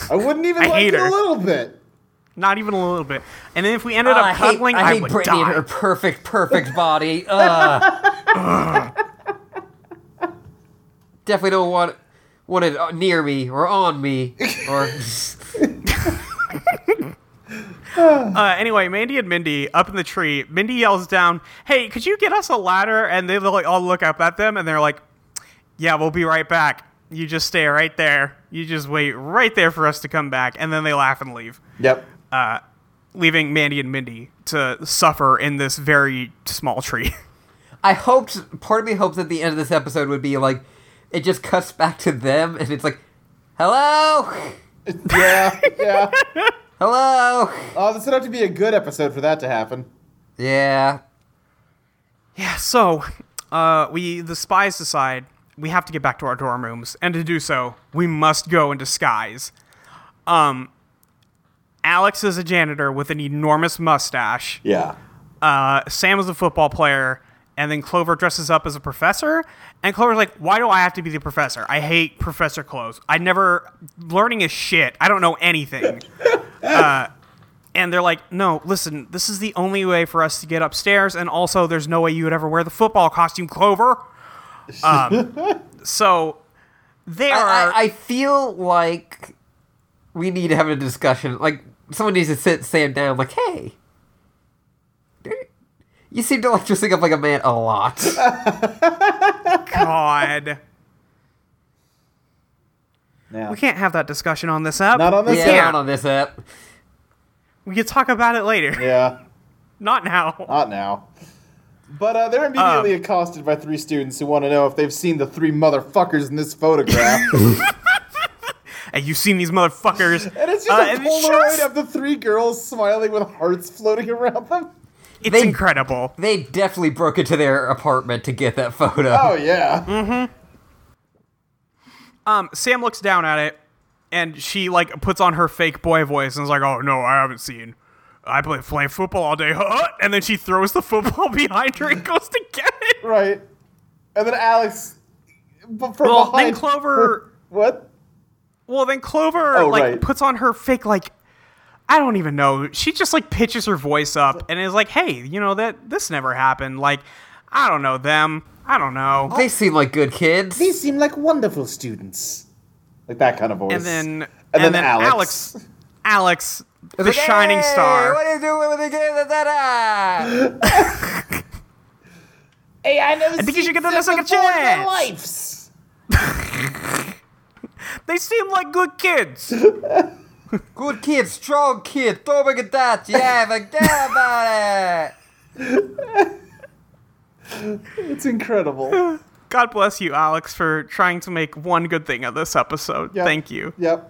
Speaker 4: I wouldn't even
Speaker 3: I
Speaker 4: like
Speaker 3: hate
Speaker 4: it
Speaker 3: her.
Speaker 4: a little bit.
Speaker 3: Not even a little bit. And then if we ended
Speaker 2: Oh,
Speaker 3: up
Speaker 2: I hate,
Speaker 3: cuddling,
Speaker 2: I hate
Speaker 3: would
Speaker 2: Brittany
Speaker 3: die.
Speaker 2: and her perfect, perfect body. Ugh. Definitely don't want want it uh, near me or on me or
Speaker 3: Uh, anyway, Mandy and Mindy up in the tree. Mindy yells down, "Hey, could you get us a ladder?" And they like all look up at them, and they're like, "Yeah, we'll be right back. You just stay right there. You just wait right there for us to come back." And then they laugh and leave,
Speaker 4: Yep.
Speaker 3: leaving Mandy and Mindy to suffer in this very small tree.
Speaker 2: I hoped part of me hoped that the end of this episode would be like it just cuts back to them and it's like hello
Speaker 4: Yeah. Yeah.
Speaker 2: hello
Speaker 4: Oh, this would have to be a good episode for that to happen.
Speaker 2: yeah
Speaker 3: yeah. So, uh, we the spies decide we have to get back to our dorm rooms, and to do so, we must go in disguise. Um. Alex is a janitor with an enormous mustache.
Speaker 4: Yeah.
Speaker 3: uh, Sam is a football player, and then Clover dresses up as a professor. And Clover's like, "Why do I have to be the professor? I hate professor clothes. I never learning is shit. I don't know anything." uh, and they're like, "No, listen. This is the only way for us to get upstairs, and also there's no way you would ever wear the football costume, Clover." Um, so they are.
Speaker 2: I, I, I feel like we need to have a discussion. Like someone needs to sit Sam down. Like, hey, dude, you seem to like dressing up like a man a lot.
Speaker 3: God,
Speaker 4: Yeah.
Speaker 3: we can't have that discussion on this app.
Speaker 4: Not on this
Speaker 2: yeah,
Speaker 4: app.
Speaker 2: not on this app.
Speaker 3: we can talk about it later.
Speaker 4: Yeah.
Speaker 3: Not now.
Speaker 4: Not now. But uh, they're immediately
Speaker 3: Um.
Speaker 4: accosted by
Speaker 3: Uh,
Speaker 4: three students who want to know if they've seen the three motherfuckers in this photograph.
Speaker 3: and you've seen these motherfuckers.
Speaker 4: And
Speaker 3: Uh,
Speaker 4: it's just a
Speaker 3: and it's
Speaker 4: Polaroid
Speaker 3: just-
Speaker 4: of the three girls smiling with hearts floating around them.
Speaker 3: It's
Speaker 2: They-
Speaker 3: incredible.
Speaker 2: They definitely broke into their apartment to get that photo.
Speaker 4: Oh yeah.
Speaker 3: Mm. Um, Sam looks down at it, and she like puts on her fake boy voice and is like, "Oh no, I haven't seen. I play play football all day." Huh? And then she throws the football behind her and goes to get it.
Speaker 4: Right. And then Alex b- from
Speaker 3: Well, then
Speaker 4: behind.
Speaker 3: Clover.
Speaker 4: what?
Speaker 3: Well, then Clover
Speaker 4: Oh,
Speaker 3: like
Speaker 4: right.
Speaker 3: puts on her fake like I don't even know. She just like pitches her voice up and is like, "Hey, you know that this never happened. Like, I don't know them. I don't know."
Speaker 2: They seem like good kids.
Speaker 4: These seem like wonderful students. Like that kind of voice.
Speaker 3: And then and,
Speaker 4: then
Speaker 3: then
Speaker 4: Alex.
Speaker 3: Alex Alex, the
Speaker 2: Like,
Speaker 3: shining
Speaker 2: "Hey,
Speaker 3: star.
Speaker 2: What are you doing with the kid? Da, da, da."
Speaker 4: Hey, I never I
Speaker 3: think you should give them a second chance.
Speaker 4: Lives.
Speaker 3: They seem like good kids.
Speaker 2: Good kid, strong kid, throw back at that. Yeah, forget about it.
Speaker 4: It's incredible.
Speaker 3: God bless you, Alex, for trying to make one good thing of this episode.
Speaker 4: Yep.
Speaker 3: Thank you.
Speaker 4: Yep.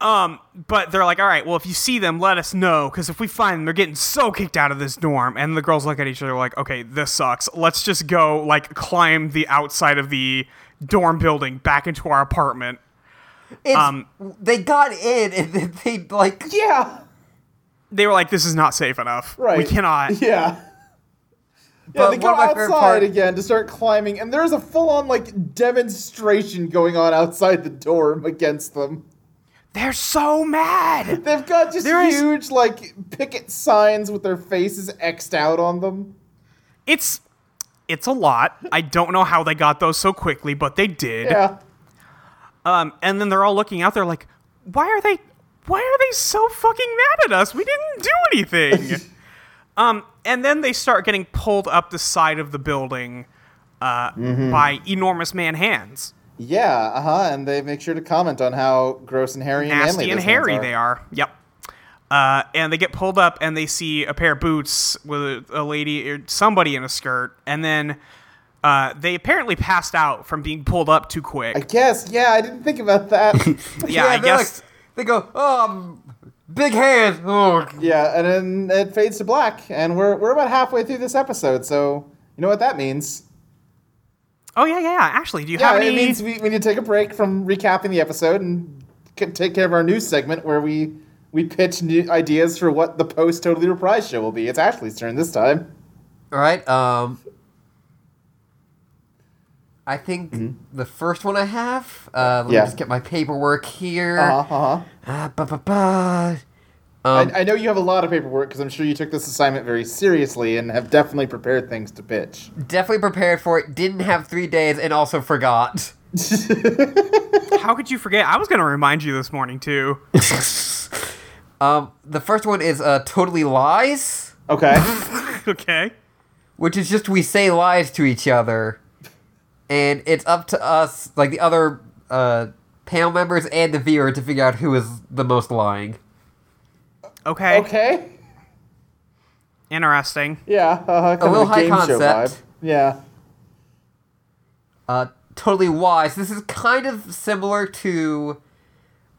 Speaker 3: But they're like, all right, well, if you see them, let us know, because if we find them, they're getting so kicked out of this dorm. And the girls look at each other like, okay, this sucks. Let's just go, like, climb the outside of the dorm building back into our apartment.
Speaker 2: It's,
Speaker 3: Um,
Speaker 2: they got in and then they like
Speaker 4: Yeah.
Speaker 3: They were like, this is not safe enough.
Speaker 4: Right.
Speaker 3: We cannot.
Speaker 4: Yeah. Yeah,
Speaker 2: But
Speaker 4: they
Speaker 2: one
Speaker 4: go
Speaker 2: of my favorite
Speaker 4: outside
Speaker 2: part-
Speaker 4: again to start climbing, and there's a full-on like demonstration going on outside the dorm against them.
Speaker 3: They're so mad.
Speaker 4: They've got just
Speaker 3: There is-
Speaker 4: huge like picket signs with their faces X'd out on them.
Speaker 3: It's. It's a lot. I don't know how they got those so quickly, but they did.
Speaker 4: Yeah.
Speaker 3: Um, and then they're all looking out there like, why are they, why are they so fucking mad at us? We didn't do anything. um, and then they start getting pulled up the side of the building uh,
Speaker 4: Mm-hmm.
Speaker 3: by enormous man hands,
Speaker 4: Yeah, uh huh. And they make sure to comment on how gross and hairy and
Speaker 3: nasty
Speaker 4: manly
Speaker 3: and
Speaker 4: those
Speaker 3: hairy
Speaker 4: ones
Speaker 3: they are. Yep. Uh, and they get pulled up and they see a pair of boots with a, a lady or somebody in a skirt, and then. Uh, they apparently passed out from being pulled up too quick.
Speaker 4: I guess. Yeah, I didn't think about that.
Speaker 3: yeah, I
Speaker 2: they're
Speaker 3: guess.
Speaker 2: Like, they go, um, big hands. Oh,
Speaker 4: yeah, and then it fades to black, and we're we're about halfway through this episode, so you know what that means.
Speaker 3: oh yeah, yeah. yeah. Actually, do you
Speaker 4: Yeah,
Speaker 3: have any?
Speaker 4: it means we, we need to take a break from recapping the episode and c- take care of our news segment where we we pitch new ideas for what the post totally reprise show will be. It's Ashley's turn this time.
Speaker 2: All right. Um, I think the first one I have. Uh, let
Speaker 4: Mm-hmm. Yeah.
Speaker 2: me just get my paperwork here.
Speaker 4: Uh huh. Uh-huh.
Speaker 2: Ah, ba, ba, ba. Um,
Speaker 4: I, I know you have a lot of paperwork because I'm sure you took this assignment very seriously and have definitely prepared things to pitch.
Speaker 2: Definitely prepared for it. Didn't have three days and also forgot.
Speaker 3: How could you forget? I was going to remind you this morning too.
Speaker 2: Um, the first one is uh, totally lies,
Speaker 4: Okay.
Speaker 3: okay.
Speaker 2: which is just we say lies to each other, and it's up to us, like the other uh, panel members and the viewer, to figure out who is the most lying.
Speaker 3: Okay.
Speaker 4: okay.
Speaker 3: Interesting.
Speaker 4: Yeah. Uh, kind
Speaker 2: little
Speaker 4: of a
Speaker 2: high
Speaker 4: game show
Speaker 2: concept.
Speaker 4: vibe. Yeah.
Speaker 2: uh, totally wise. This is kind of similar to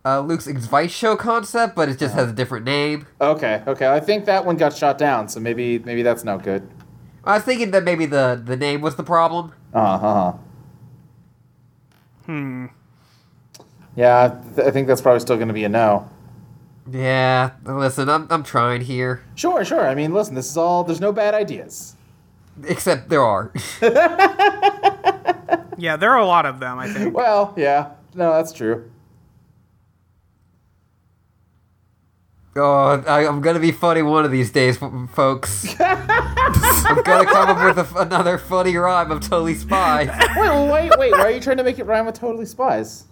Speaker 2: uh, Luke's advice show concept, but it just has a different name.
Speaker 4: Okay. Okay. I think that one got shot down, so maybe maybe that's not good.
Speaker 2: I was thinking that maybe the, the name was the problem.
Speaker 4: Uh huh. Hmm. Yeah, th- I think that's probably still going to be a no.
Speaker 2: Yeah, listen, I'm, I'm trying here.
Speaker 4: Sure, sure. I mean, listen, this is all. There's no bad ideas.
Speaker 2: Except there are.
Speaker 3: Yeah, there are a lot of them. I think.
Speaker 4: Well, yeah. No, that's true.
Speaker 2: oh, I, I'm gonna be funny one of these days, f- folks. I'm gonna come up with a f another funny rhyme of Totally Spy.
Speaker 4: Wait, wait, wait, wait. Why are you trying to make it rhyme with totally spies?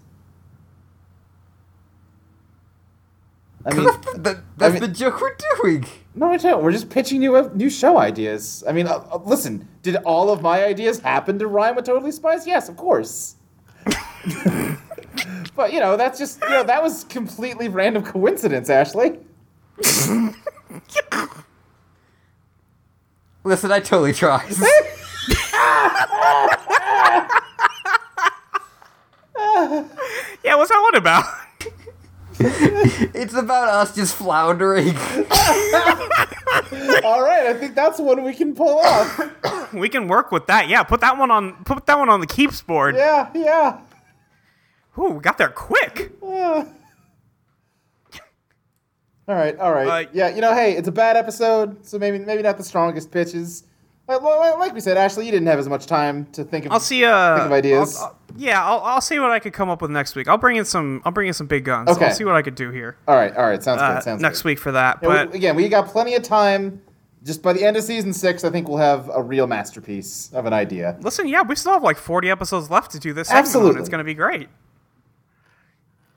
Speaker 4: I mean,
Speaker 2: That, that's
Speaker 4: mean-
Speaker 2: the joke we're doing.
Speaker 4: no, I don't. We're just pitching new new show ideas. I mean, uh, uh, listen. Did all of my ideas happen to rhyme with totally spies? Yes, of course. but you know, that's just you know that was completely random coincidence, Ashley.
Speaker 2: Listen, I totally tried.
Speaker 3: Yeah, it was episode about?
Speaker 2: It's about us just floundering.
Speaker 4: All right, I think that's one we can pull off.
Speaker 3: we can work with that. Yeah, put that one on. Put that one on the keeps board.
Speaker 4: Yeah, yeah.
Speaker 3: Ooh, we got there quick.
Speaker 4: All right, all right.
Speaker 3: Uh,
Speaker 4: yeah, you know, hey, it's a bad episode, so maybe maybe not the strongest pitches. Like, like like we said, Ashley, you didn't have as much time to think of.
Speaker 3: I'll see. Uh,
Speaker 4: Think of ideas.
Speaker 3: I'll- I'll- yeah, I'll, I'll see what I could come up with next week. I'll bring in some. I'll bring in some big guns.
Speaker 4: Okay.
Speaker 3: I'll see what I could do here
Speaker 4: all right, all right. Sounds
Speaker 3: uh,
Speaker 4: good. Sounds
Speaker 3: next
Speaker 4: good.
Speaker 3: week for that.
Speaker 4: Yeah, we-
Speaker 3: But
Speaker 4: again, we got plenty of time. Just by the end of season six, I think we'll have a real masterpiece of an idea.
Speaker 3: listen, yeah, we still have like 40 episodes left to do this. segment on.
Speaker 4: Absolutely.
Speaker 3: it's going to be great.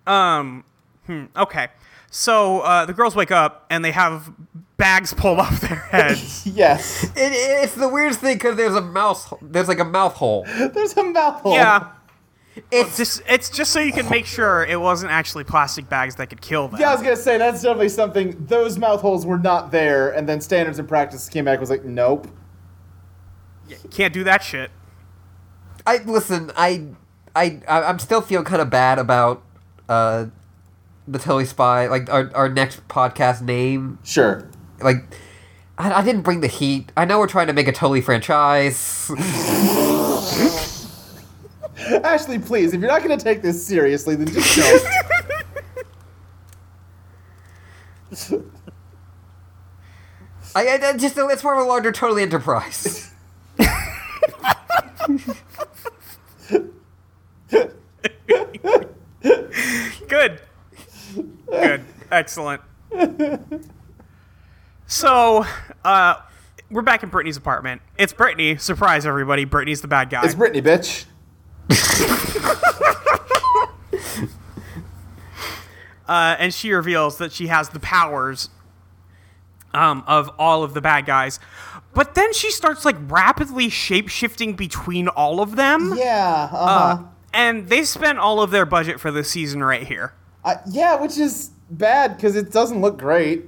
Speaker 3: Um, hmm, okay. So uh, the girls wake up and they have bags pulled off their heads.
Speaker 4: Yes,
Speaker 2: It, it's the weirdest thing because there's a mouse. There's like a mouth hole.
Speaker 4: there's a mouthful.
Speaker 3: yeah.
Speaker 2: It's
Speaker 3: Just, it's just so you can make sure it wasn't actually plastic bags that could kill them.
Speaker 4: Yeah, I was gonna say that's definitely something. Those mouth holes were not there, and then standards and practice came back and was like, nope.
Speaker 3: Can't do that shit.
Speaker 2: I listen. I I I- I'm still feeling kind of bad about uh the Tully Spy. Like our our next podcast name.
Speaker 4: Sure.
Speaker 2: Like I, I didn't bring the heat. I know we're trying to make a Tully franchise.
Speaker 4: Ashley, please, if you're not gonna take this seriously, then just don't.
Speaker 2: I, I I just it's part of a larger Tully enterprise.
Speaker 3: Good. Good. Excellent. So, uh, we're back in Brittany's apartment. It's Brittany. Surprise, everybody. Brittany's the bad guy.
Speaker 4: It's Brittany, bitch.
Speaker 3: uh, and she reveals that she has the powers um, of all of the bad guys. But then she starts like rapidly shape shifting between all of them.
Speaker 4: Yeah. Uh-huh.
Speaker 3: Uh, and they spent all of their budget for this season right here.
Speaker 4: I- yeah, which is bad because it doesn't look great.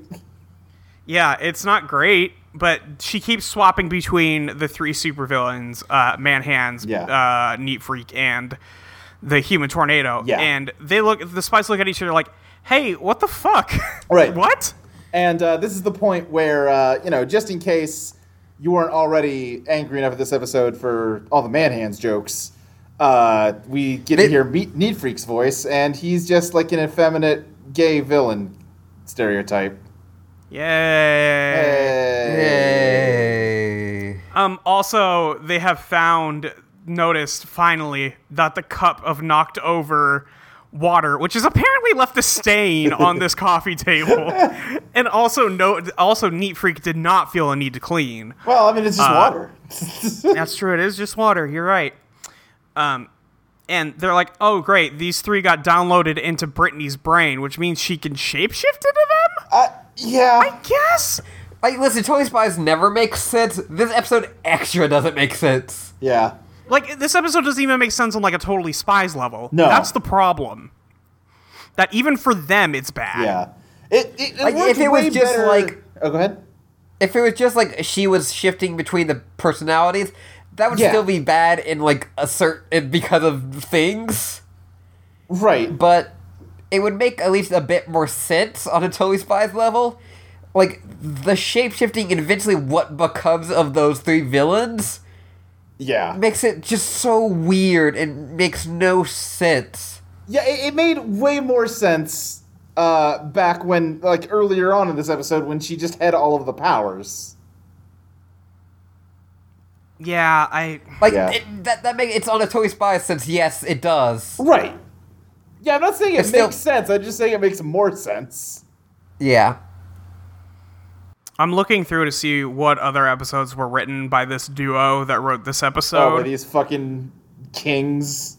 Speaker 3: Yeah, it's not great, but she keeps swapping between the three supervillains, uh, Manhands,
Speaker 4: Yeah.
Speaker 3: uh, Neat Freak, and the Human Tornado.
Speaker 4: Yeah.
Speaker 3: And they look, the spies look at each other like, hey, what the fuck?
Speaker 4: Right.
Speaker 3: what?
Speaker 4: And uh, this is the point where uh, you know, just in case you weren't already angry enough at this episode for all the man hands jokes, uh, we get
Speaker 2: They-
Speaker 4: to hear Meat Need Freak's voice, and he's just like an effeminate gay villain stereotype.
Speaker 3: Yay.
Speaker 4: Hey.
Speaker 2: Yay.
Speaker 3: Um, also, they have found, noticed finally, that the cup of knocked over water, which has apparently left a stain on this coffee table, and also no, also Neat Freak did not feel a need to clean.
Speaker 4: Well, I mean, it's just water.
Speaker 3: That's true. It is just water. You're right. Um, and they're like, oh great, these three got downloaded into Brittany's brain, which means she can shapeshift into them.
Speaker 4: uh, yeah.
Speaker 3: Yes.
Speaker 2: Like listen, Tully Spies never makes sense. This episode extra doesn't make sense.
Speaker 4: Yeah.
Speaker 3: Like this episode doesn't even make sense on like a totally spies level.
Speaker 4: No.
Speaker 3: that's the problem. That even for them, it's bad.
Speaker 4: Yeah. It, it, it
Speaker 2: Like,
Speaker 4: worked
Speaker 2: if it was
Speaker 4: way
Speaker 2: just
Speaker 4: better-
Speaker 2: like-
Speaker 4: Oh, go ahead.
Speaker 2: If it was just like she was shifting between the personalities, that would
Speaker 4: Yeah.
Speaker 2: still be bad in like a certain because of things.
Speaker 4: Right.
Speaker 2: but it would make at least a bit more sense on a Totally Spies level. Like, the shapeshifting and eventually what becomes of those three villains
Speaker 4: Yeah.
Speaker 2: makes it just so weird and makes no sense.
Speaker 4: Yeah, it, it made way more sense uh, back when, like earlier on in this episode, when she just had all of the powers.
Speaker 3: Yeah, I.
Speaker 2: Like,
Speaker 4: Yeah.
Speaker 2: it, that, that make, it's on a Totally Spies sense, yes, it does.
Speaker 4: Right. Yeah, I'm not saying it
Speaker 2: It's still-
Speaker 4: makes sense. I'm just saying it makes more sense.
Speaker 2: Yeah.
Speaker 3: I'm looking through to see what other episodes were written by this duo that wrote this
Speaker 4: Oh, were
Speaker 3: episode.
Speaker 4: these fucking kings?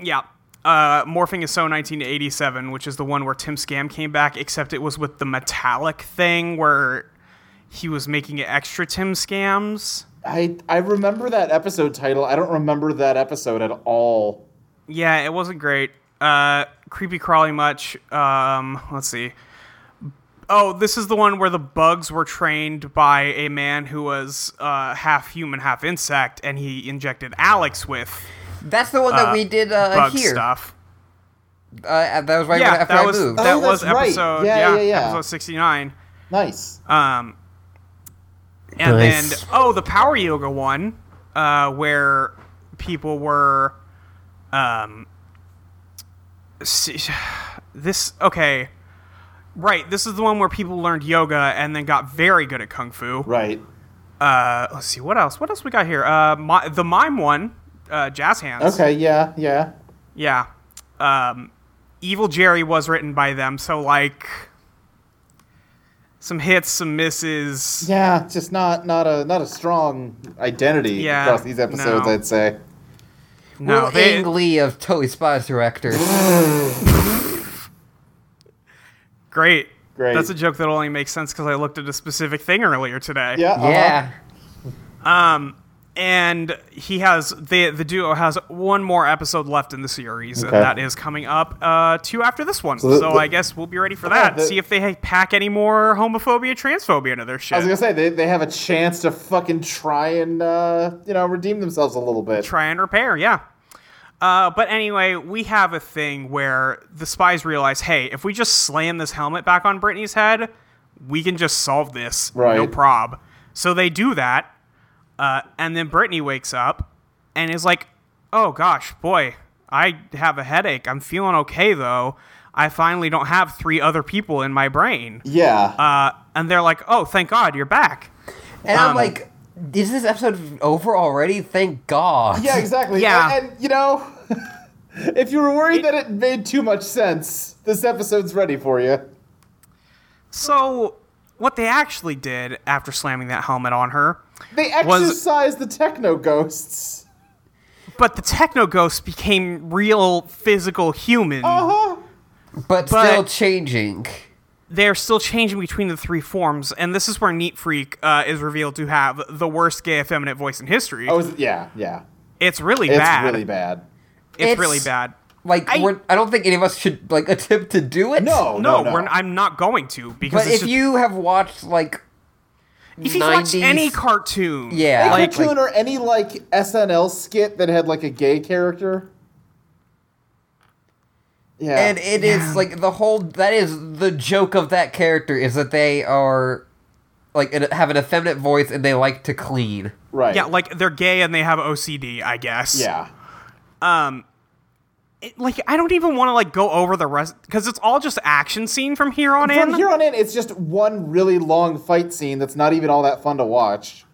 Speaker 3: yeah. Uh, Morphing is so 1987, which is the one where Tim Scam came back, except it was with the metallic thing where he was making it extra Tim Scams.
Speaker 4: I I remember that episode title. I don't remember that episode at all.
Speaker 3: Yeah, it wasn't great. Uh, creepy crawly much. Um, let's see. Oh, this is the one where the bugs were trained by a man who was uh, half human, half insect, and he injected Alex with
Speaker 2: That's the one that we did uh,
Speaker 3: bug
Speaker 2: here.
Speaker 3: stuff.
Speaker 2: Uh, that was right
Speaker 3: yeah,
Speaker 2: after
Speaker 3: that
Speaker 2: I
Speaker 3: was
Speaker 2: moved.
Speaker 3: that
Speaker 4: Oh,
Speaker 3: was
Speaker 4: that's right.
Speaker 3: episode
Speaker 4: Yeah, yeah, yeah.
Speaker 3: episode sixty nine.
Speaker 4: Nice.
Speaker 3: Um, and
Speaker 2: Nice.
Speaker 3: then oh, the power yoga one, uh, where people were, um, see, this okay, right? This is the one where people learned yoga and then got very good at kung fu.
Speaker 4: Right.
Speaker 3: Uh, let's see what else. What else we got here? Uh, mi- the mime one, uh, jazz hands.
Speaker 4: Okay. Yeah. Yeah.
Speaker 3: Yeah. Um, Evil Jerry was written by them, so like some hits, some misses.
Speaker 4: Yeah. Just not not a not a strong identity
Speaker 3: Yeah,
Speaker 4: across these episodes.
Speaker 3: no.
Speaker 4: I'd say.
Speaker 3: No,
Speaker 2: Will
Speaker 3: they,
Speaker 2: Ang Lee of Totally Spies director.
Speaker 3: great.
Speaker 4: Great.
Speaker 3: That's a joke that only makes sense because I looked at a specific thing earlier today.
Speaker 4: Yeah. uh-huh.
Speaker 2: yeah.
Speaker 3: And he has the the duo has one more episode left in the series, and
Speaker 4: Okay.
Speaker 3: that is coming up uh, two after this one. So,
Speaker 4: the- the-
Speaker 3: I guess we'll be ready for that.
Speaker 4: the-
Speaker 3: See if they pack any more homophobia, transphobia into their shit.
Speaker 4: I was gonna say they, they have a chance to fucking try and uh, you know redeem themselves a little bit.
Speaker 3: try and repair. Yeah. Uh, but anyway, we have a thing where the spies realize, hey, if we just slam this helmet back on Brittany's head, we can just solve this, no
Speaker 4: Right.
Speaker 3: prob. So they do that, uh, and then Brittany wakes up and is like, "Oh gosh, boy, I have a headache. I'm feeling okay though. I finally don't have three other people in my brain."
Speaker 4: Yeah.
Speaker 3: Uh, and they're like, "Oh, thank God, you're back."
Speaker 2: And
Speaker 3: Um,
Speaker 2: I'm like, is this episode over already? Thank God.
Speaker 4: yeah. Exactly.
Speaker 3: Yeah.
Speaker 4: And, and, you know, if you were worried that it made too much sense, this episode's ready for you.
Speaker 3: So what they actually did after slamming that helmet on her
Speaker 4: They
Speaker 3: Was-
Speaker 4: exercise the techno ghosts.
Speaker 3: But the techno ghosts became real physical human.
Speaker 4: Uh-huh.
Speaker 2: But,
Speaker 3: But-
Speaker 2: still changing.
Speaker 3: They're still changing between the three forms, and this is where Neat Freak uh, is revealed to have the worst gay effeminate voice in history.
Speaker 4: Oh, is it- yeah, yeah.
Speaker 3: it's really
Speaker 4: It's
Speaker 3: bad.
Speaker 4: really bad.
Speaker 3: It's,
Speaker 2: It's-
Speaker 3: really bad.
Speaker 2: Like
Speaker 3: I-
Speaker 2: I, we're, I don't think any of us should like attempt to do it.
Speaker 4: No,
Speaker 3: No,
Speaker 4: no, no.
Speaker 3: We're, I'm not going to because
Speaker 2: But
Speaker 3: it's
Speaker 2: if
Speaker 3: just-
Speaker 2: you have watched like
Speaker 3: if you've watched
Speaker 2: 90s
Speaker 3: any cartoon,
Speaker 2: Yeah.
Speaker 4: Any
Speaker 2: like-
Speaker 4: cartoon or any like SNL skit that had like a gay character. Yeah.
Speaker 2: and it is like the whole that is the joke of that character is that they are like an- have an effeminate voice and they like to clean.
Speaker 4: right.
Speaker 3: yeah, like they're gay and they have OCD, I guess.
Speaker 4: yeah.
Speaker 3: It- like I don't even want to like go over the rest because it's all just action scene from here on in.
Speaker 4: From here on in, it's just one really long fight scene that's not even all that fun to watch.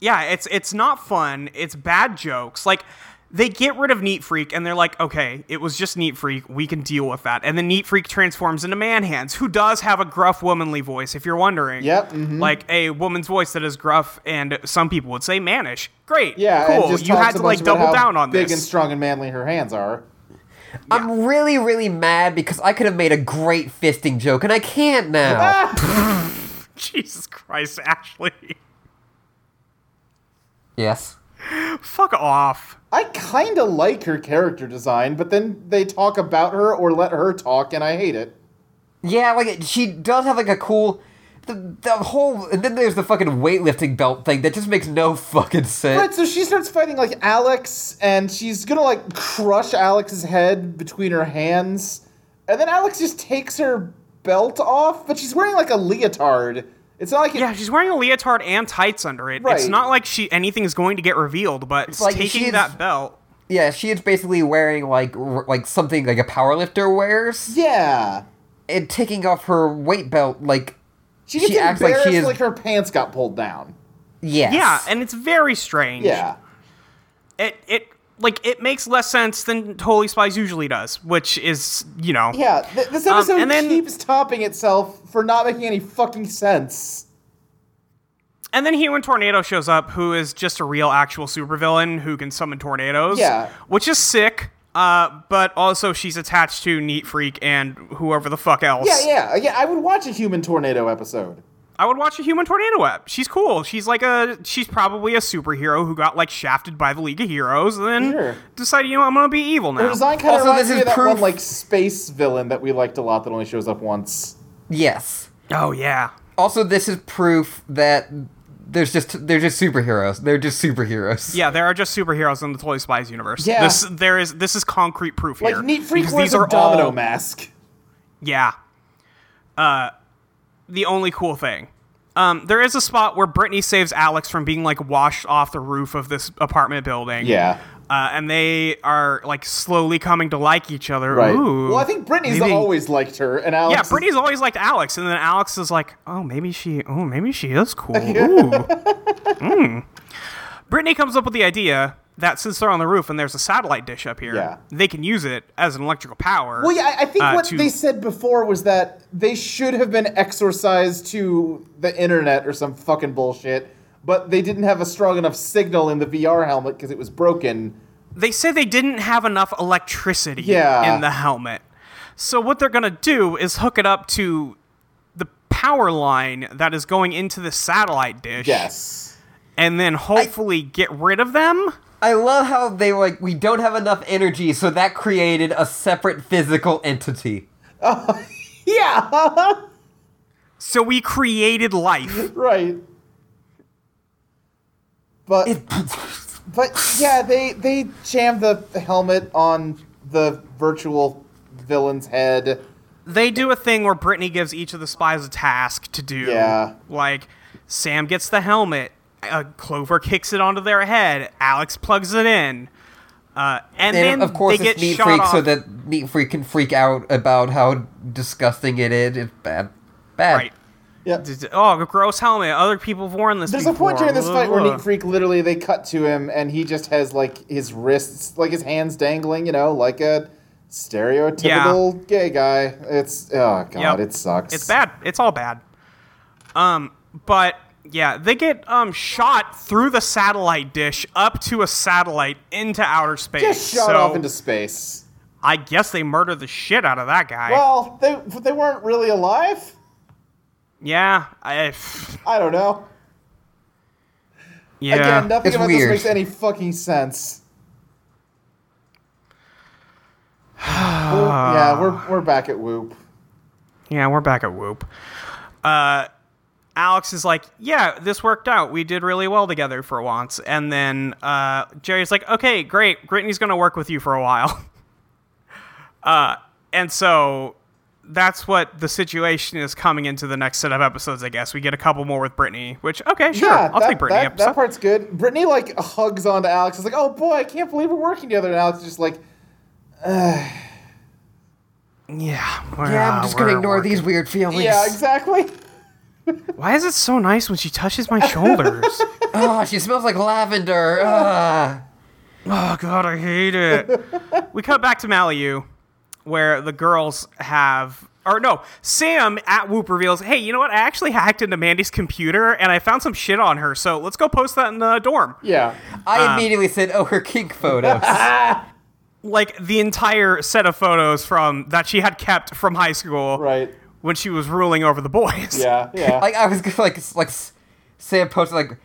Speaker 3: yeah, it's it's not fun. It's bad jokes. Like they get rid of Neat Freak and they're like, okay, it was just Neat Freak. We can deal with that. And then Neat Freak transforms into Man Hands, who does have a gruff, womanly voice, if you're wondering.
Speaker 4: Yep, mhm.
Speaker 3: Like a woman's voice that is gruff, and some people would say mannish. Great.
Speaker 4: Yeah. and
Speaker 3: Cool.
Speaker 4: just
Speaker 3: you
Speaker 4: talks
Speaker 3: had
Speaker 4: a
Speaker 3: to
Speaker 4: bunch
Speaker 3: like
Speaker 4: about
Speaker 3: double
Speaker 4: how
Speaker 3: down on
Speaker 4: big
Speaker 3: this.
Speaker 4: and strong and manly her hands are.
Speaker 2: I'm really really mad because I could have made a great fisting joke and I can't now.
Speaker 3: Jesus Christ, Ashley.
Speaker 2: yes.
Speaker 3: Fuck off.
Speaker 4: I kind of like her character design, but then they talk about her or let her talk, and I hate it.
Speaker 2: Yeah, like it- she does have like a cool the, the whole and then there's the fucking weightlifting belt thing that just makes no fucking sense.
Speaker 4: Right, so she starts fighting like Alex, and she's gonna like crush Alex's head between her hands, and then Alex just takes her belt off, but she's wearing like a leotard. It's not like it,
Speaker 3: Yeah, she's wearing a leotard and tights under it. It's
Speaker 4: Right.
Speaker 3: not like she anything's going to get revealed, but
Speaker 2: like
Speaker 3: taking
Speaker 2: she's-
Speaker 3: that belt.
Speaker 2: Yeah, she is basically wearing like r- like something like a powerlifter wears
Speaker 4: yeah.
Speaker 2: and taking off her weight belt like
Speaker 4: She gets
Speaker 2: She acts like she
Speaker 4: embarrassed like,
Speaker 2: is-
Speaker 4: her pants got pulled down.
Speaker 2: yes.
Speaker 3: Yeah, and it's very strange.
Speaker 4: Yeah,
Speaker 3: It it like it makes less sense than Holy Spies usually does, which is you know
Speaker 4: yeah. Th- this
Speaker 3: Um,
Speaker 4: episode
Speaker 3: and then-
Speaker 4: keeps topping itself for not making any fucking sense.
Speaker 3: And then Human Tornado shows up, who is just a real actual supervillain who can summon tornadoes.
Speaker 4: Yeah.
Speaker 3: Which is sick. Uh, but also she's attached to Neat Freak and whoever the fuck else.
Speaker 4: Yeah, yeah, yeah. I would watch a human tornado episode.
Speaker 3: I would watch a Human Tornado app. She's cool. She's like a she's probably a superhero who got like shafted by the League of Heroes and then
Speaker 4: Sure.
Speaker 3: decided, you know, I'm gonna be evil
Speaker 4: Her
Speaker 3: now.
Speaker 4: design kind of
Speaker 2: Also,
Speaker 4: reminds
Speaker 2: this
Speaker 4: me
Speaker 2: is
Speaker 4: of that
Speaker 2: proof-
Speaker 4: one like space villain that we liked a lot that only shows up once.
Speaker 2: Yes.
Speaker 3: oh yeah.
Speaker 2: Also, this is proof that there's just they're just superheroes. They're just superheroes.
Speaker 3: Yeah, there are just superheroes in the Totally Spies universe.
Speaker 4: Yeah.
Speaker 3: This there is this is concrete proof here.
Speaker 4: Like Neat Freak
Speaker 3: because
Speaker 4: wears a
Speaker 3: all-
Speaker 4: domino mask.
Speaker 3: Yeah. Uh, the only cool thing. Um, there is a spot where Brittany saves Alex from being like washed off the roof of this apartment building.
Speaker 4: Yeah.
Speaker 3: Uh, and they are like slowly coming to like each other. Ooh.
Speaker 4: Well, I think Brittany's
Speaker 3: maybe-
Speaker 4: always liked her, and Alex.
Speaker 3: Yeah,
Speaker 4: is-
Speaker 3: Brittany's always liked Alex, and then Alex is like, "Oh, maybe she. Oh, maybe she is cool." Ooh. mm. Brittany comes up with the idea that since they're on the roof and there's a satellite dish up here,
Speaker 4: Yeah.
Speaker 3: they can use it as an electrical power.
Speaker 4: Well, yeah, I- I think
Speaker 3: uh,
Speaker 4: what
Speaker 3: to-
Speaker 4: they said before was that they should have been exorcised to the internet or some fucking bullshit, but they didn't have a strong enough signal in the VR helmet because it was broken.
Speaker 3: they say they didn't have enough electricity
Speaker 4: Yeah.
Speaker 3: in the helmet. So what they're gonna do is hook it up to the power line that is going into the satellite dish,
Speaker 4: Yes.
Speaker 3: and then hopefully get rid of them.
Speaker 2: I love how they were like we don't have enough energy, so that created a separate physical entity.
Speaker 4: Yeah.
Speaker 3: So we created life.
Speaker 4: right. But but yeah, they they jammed the helmet on the virtual villain's head.
Speaker 3: they do a thing where Brittany gives each of the spies a task to do.
Speaker 4: Yeah.
Speaker 3: Like, Sam gets the helmet. Uh, Clover kicks it onto their head. Alex plugs it in. Uh,
Speaker 2: And
Speaker 3: and, then
Speaker 2: of course
Speaker 3: they get
Speaker 2: it's Neat
Speaker 3: shot
Speaker 2: Freak
Speaker 3: off.
Speaker 2: so that Neat Freak can freak out about how disgusting it is. It's bad. Bad.
Speaker 3: right.
Speaker 4: Yeah.
Speaker 3: Oh, gross helmet. Other people have worn this.
Speaker 4: There's a point
Speaker 3: before.
Speaker 4: during this fight where
Speaker 3: Ugh.
Speaker 4: Neat Freak literally they cut to him and he just has like his wrists, like his hands dangling, you know, like a stereotypical gay guy. It's oh god,
Speaker 3: Yep.
Speaker 4: it sucks.
Speaker 3: It's bad. It's all bad. Um, but yeah, they get um shot through the satellite dish up to a satellite into outer space.
Speaker 4: Just shot
Speaker 3: so
Speaker 4: off into space.
Speaker 3: I guess they murder the shit out of that guy.
Speaker 4: Well, they they weren't really alive.
Speaker 3: yeah, I,
Speaker 4: I don't know.
Speaker 3: yeah.
Speaker 4: Again, nothing
Speaker 2: It's
Speaker 4: about
Speaker 2: weird.
Speaker 4: this makes any fucking sense. We're- yeah, we're we're back at Whoop.
Speaker 3: Yeah, we're back at Whoop. Uh, Alex is like, yeah, this worked out. We did really well together for once. And then uh, Jerry's like, okay, great. Brittany's going to work with you for a while. uh, and so that's what the situation is coming into the next set of episodes, I guess. We get a couple more with Brittany, which, okay, sure.
Speaker 4: Yeah,
Speaker 3: I'll
Speaker 4: that,
Speaker 3: take Brittany
Speaker 4: that,
Speaker 3: episode.
Speaker 4: that part's good. Brittany like hugs onto Alex. It's like, oh boy, I can't believe we're working together. And Alex is just like,
Speaker 3: yeah.
Speaker 2: Yeah, I'm just gonna
Speaker 3: Ah, we're
Speaker 2: ignore
Speaker 3: working.
Speaker 2: these weird feelings.
Speaker 4: yeah, exactly.
Speaker 3: Why is it so nice when she touches my shoulders?
Speaker 2: Oh, she smells like lavender. Ah.
Speaker 3: Oh god, I hate it. we cut back to Maliu, where the girls have, or no, Sam at Whoop reveals, "Hey, you know what? I actually hacked into Mandy's computer and I found some shit on her. So let's go post that in the dorm."
Speaker 4: Yeah,
Speaker 3: Um,
Speaker 2: I immediately said, "Oh, her kink photos."
Speaker 3: Like the entire set of photos from that she had kept from high school
Speaker 4: right.
Speaker 3: when she was ruling over the boys.
Speaker 4: Yeah, yeah.
Speaker 2: like I was gonna like s- like s- Sam posted like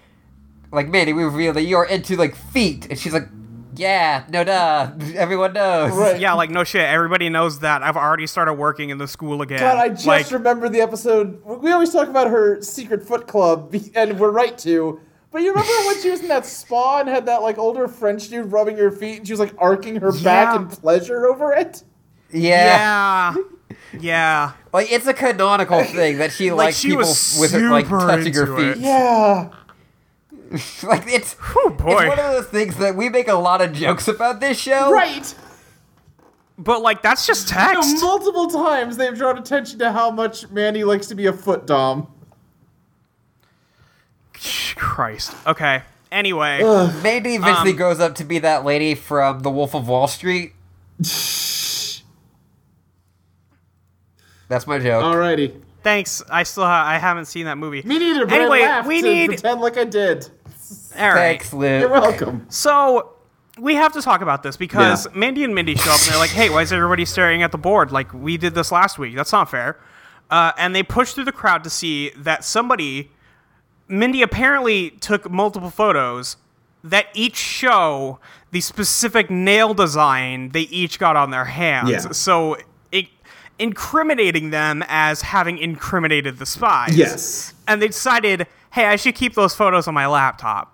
Speaker 2: like Mandy, we revealed that you're into like feet, and she's like, "Yeah, no duh, everyone knows."
Speaker 4: Right.
Speaker 3: Yeah, like no shit. Everybody knows that. I've already started working in the school again.
Speaker 4: God, I just
Speaker 3: like,
Speaker 4: remembered the episode. We always talk about her secret foot club, and we're right to. But you remember when she was in that spa and had that like older French dude rubbing her feet, and she was like arcing her back
Speaker 3: Yeah.
Speaker 4: in pleasure over it.
Speaker 2: Yeah.
Speaker 3: yeah, yeah.
Speaker 2: like it's a canonical thing that she likes
Speaker 3: she
Speaker 2: people
Speaker 3: was
Speaker 2: with her like
Speaker 3: super
Speaker 2: touching her
Speaker 3: into it.
Speaker 2: feet.
Speaker 4: Yeah,
Speaker 2: like it's
Speaker 3: Oh boy.
Speaker 2: it's one of those things that we make a lot of jokes about this show.
Speaker 4: right.
Speaker 3: but like that's just
Speaker 4: So
Speaker 3: text.
Speaker 4: multiple times they've drawn attention to how much Mandy likes to be a foot dom.
Speaker 3: Christ. Okay. Anyway,
Speaker 2: Mandy
Speaker 4: Um,
Speaker 2: eventually grows up to be that lady from The Wolf of Wall Street. That's my joke.
Speaker 4: Alrighty.
Speaker 3: thanks. I still ha- I haven't seen that movie.
Speaker 4: Me neither. But
Speaker 3: Anyway,
Speaker 4: I laughed
Speaker 3: we
Speaker 4: to
Speaker 3: need-
Speaker 4: pretend like I did.
Speaker 3: All right.
Speaker 2: Thanks, Luke.
Speaker 4: You're welcome.
Speaker 3: So we have to talk about this because
Speaker 4: Yeah.
Speaker 3: Mandy and Mindy show up and they're like, "Hey, why is everybody staring at the board? Like we did this last week. That's not fair." Uh, and they push through the crowd to see that somebody, Mindy apparently took multiple photos that each show the specific nail design they each got on their hands.
Speaker 4: Yeah.
Speaker 3: So it, incriminating them as having incriminated the spies.
Speaker 4: Yes.
Speaker 3: And they decided, hey, I should keep those photos on my laptop.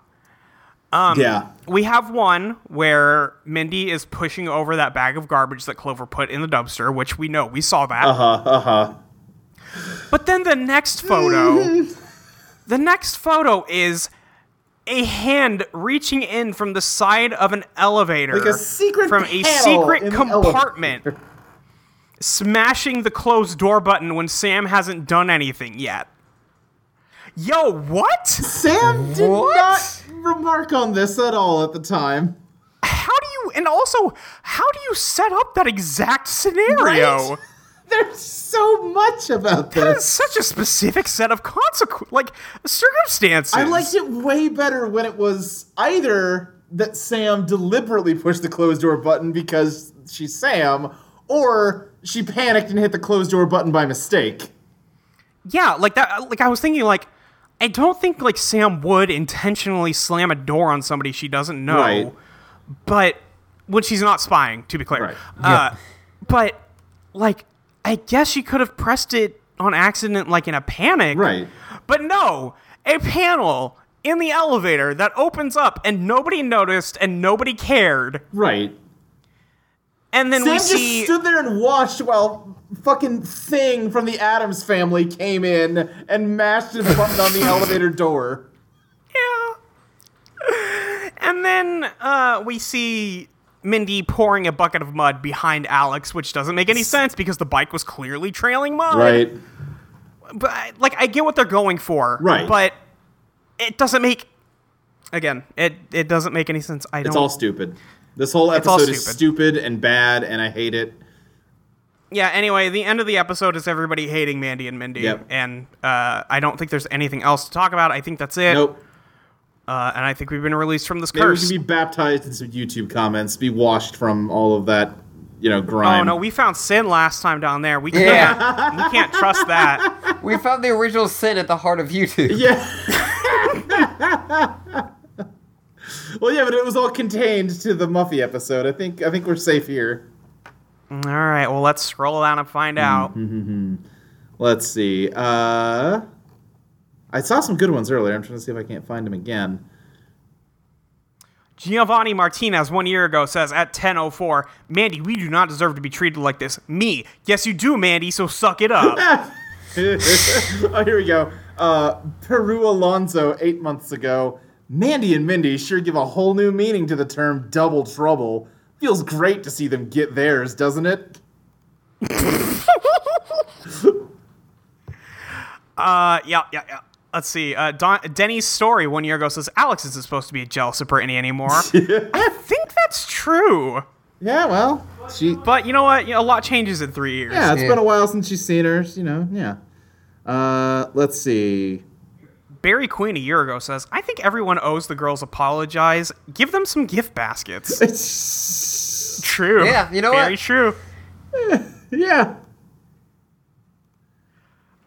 Speaker 3: Um,
Speaker 4: yeah.
Speaker 3: We have one where Mindy is pushing over that bag of garbage that Clover put in the dumpster, which we know we saw that. Uh huh.
Speaker 4: Uh-huh.
Speaker 3: Uh huh. But then the next photo, the next photo is a hand reaching in from the side of an elevator,
Speaker 4: Like a secret
Speaker 3: from a
Speaker 4: panel in
Speaker 3: secret
Speaker 4: the
Speaker 3: compartment, smashing the closed door button when Sam hasn't done anything yet. Yo, what?
Speaker 4: Sam did
Speaker 2: What?
Speaker 4: not remark on this at all at the time.
Speaker 3: how do you and also how do you set up that exact scenario
Speaker 4: Right? There's so much about
Speaker 3: that is
Speaker 4: this.
Speaker 3: such a specific set of consequences like circumstances
Speaker 4: I liked it way better when it was either that Sam deliberately pushed the closed door button because she's Sam, or she panicked and hit the closed door button by mistake.
Speaker 3: yeah like that like i was thinking like i don't think like sam would intentionally slam a door on somebody she doesn't know
Speaker 4: Right.
Speaker 3: but when she's not spying to be clear
Speaker 4: Right.
Speaker 3: uh, but like i guess she could have pressed it on accident like in a panic
Speaker 4: Right.
Speaker 3: But no, a panel in the elevator that opens up and nobody noticed and nobody cared.
Speaker 4: Right.
Speaker 3: And then
Speaker 4: Sam
Speaker 3: we
Speaker 4: just
Speaker 3: see
Speaker 4: stood there and watched while fucking thing from the Adams family came in and mashed his button on the elevator door.
Speaker 3: Yeah. And then uh, we see Mindy pouring a bucket of mud behind Alex, which doesn't make any sense because the bike was clearly trailing mud. But I- like I get what they're going for.
Speaker 4: Right.
Speaker 3: But it doesn't make again, it it doesn't make any sense. I don't
Speaker 4: It's all stupid. This whole
Speaker 3: all
Speaker 4: episode is
Speaker 3: stupid.
Speaker 4: stupid and bad, and I hate it.
Speaker 3: Yeah, anyway, the end of the episode is everybody hating Mandy and Mindy.
Speaker 4: Yep.
Speaker 3: And uh, I don't think there's anything else to talk about. I think that's it.
Speaker 4: Nope.
Speaker 3: Uh, and I think we've been released from this
Speaker 4: Maybe
Speaker 3: curse.
Speaker 4: we can be baptized in some YouTube comments, be washed from all of that, you know,
Speaker 3: oh,
Speaker 4: grime.
Speaker 3: no, we found sin last time down there. We can't,
Speaker 2: Yeah.
Speaker 3: we can't trust that.
Speaker 2: We found the original sin at the heart of YouTube.
Speaker 4: Yeah. well, yeah, but it was all contained to the Muffy episode. I think I think we're safe here.
Speaker 3: All right, well, let's scroll down and find out.
Speaker 4: Let's see. Uh, I saw some good ones earlier. I'm trying to see if I can't find them again.
Speaker 3: Giovanni Martinez, one year ago, says at 10.04, Mandy, we do not deserve to be treated like this. Me. Yes, you do, Mandy, so suck it up.
Speaker 4: oh, here we go. Uh, Peru Alonso, eight months ago. Mandy and Mindy sure give a whole new meaning to the term double trouble. Feels great to see them get theirs, doesn't it?
Speaker 3: Uh, yeah, yeah, yeah. Let's see. Uh, Don- Denny's story one year ago says Alex isn't supposed to be jealous of Brittany anymore. I think that's true.
Speaker 4: Yeah, well, she.
Speaker 3: But you know what? You know, a lot changes in three years.
Speaker 4: Yeah, it's
Speaker 2: Yeah.
Speaker 4: been a while since she's seen her. You know, yeah. Uh, let's see.
Speaker 3: Barry Queen a year ago says, I think everyone owes the girls apologize. Give them some gift baskets. true.
Speaker 2: Yeah, you know
Speaker 3: Very
Speaker 2: what?
Speaker 3: true.
Speaker 4: yeah.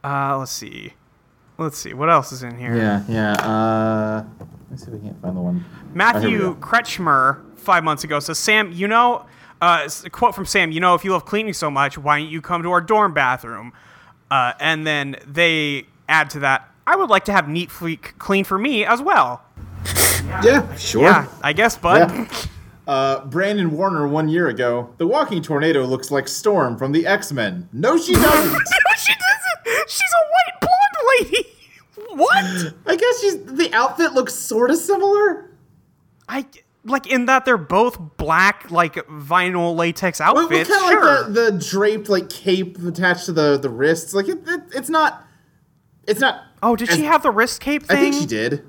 Speaker 3: Uh, let's see. Let's see. What else is in here?
Speaker 4: Yeah, yeah. Uh, let's see if we can't find the one. Oh, here
Speaker 3: Matthew
Speaker 4: we go.
Speaker 3: Kretschmer five months ago says, Sam, you know, uh, it's a quote from Sam, you know, if you love cleaning so much, why don't you come to our dorm bathroom? Uh, and then they add to that, I would like to have neat fleek clean for me as well.
Speaker 4: Yeah, sure.
Speaker 3: Yeah, I guess, bud.
Speaker 4: Yeah. Uh, Brandon Warner one year ago. The walking tornado looks like Storm from the X Men. No, she doesn't.
Speaker 3: no, she doesn't. She's a white blonde lady. what?
Speaker 4: I guess she's the outfit looks sort of similar.
Speaker 3: I like in that they're both black, like vinyl latex
Speaker 4: But
Speaker 3: outfits.
Speaker 4: kind of
Speaker 3: sure.
Speaker 4: like the, the draped like cape attached to the the wrists. Like it, it, it's not. It's not.
Speaker 3: oh, did she
Speaker 4: I-
Speaker 3: have the wrist cape
Speaker 4: I
Speaker 3: thing?
Speaker 4: think she did.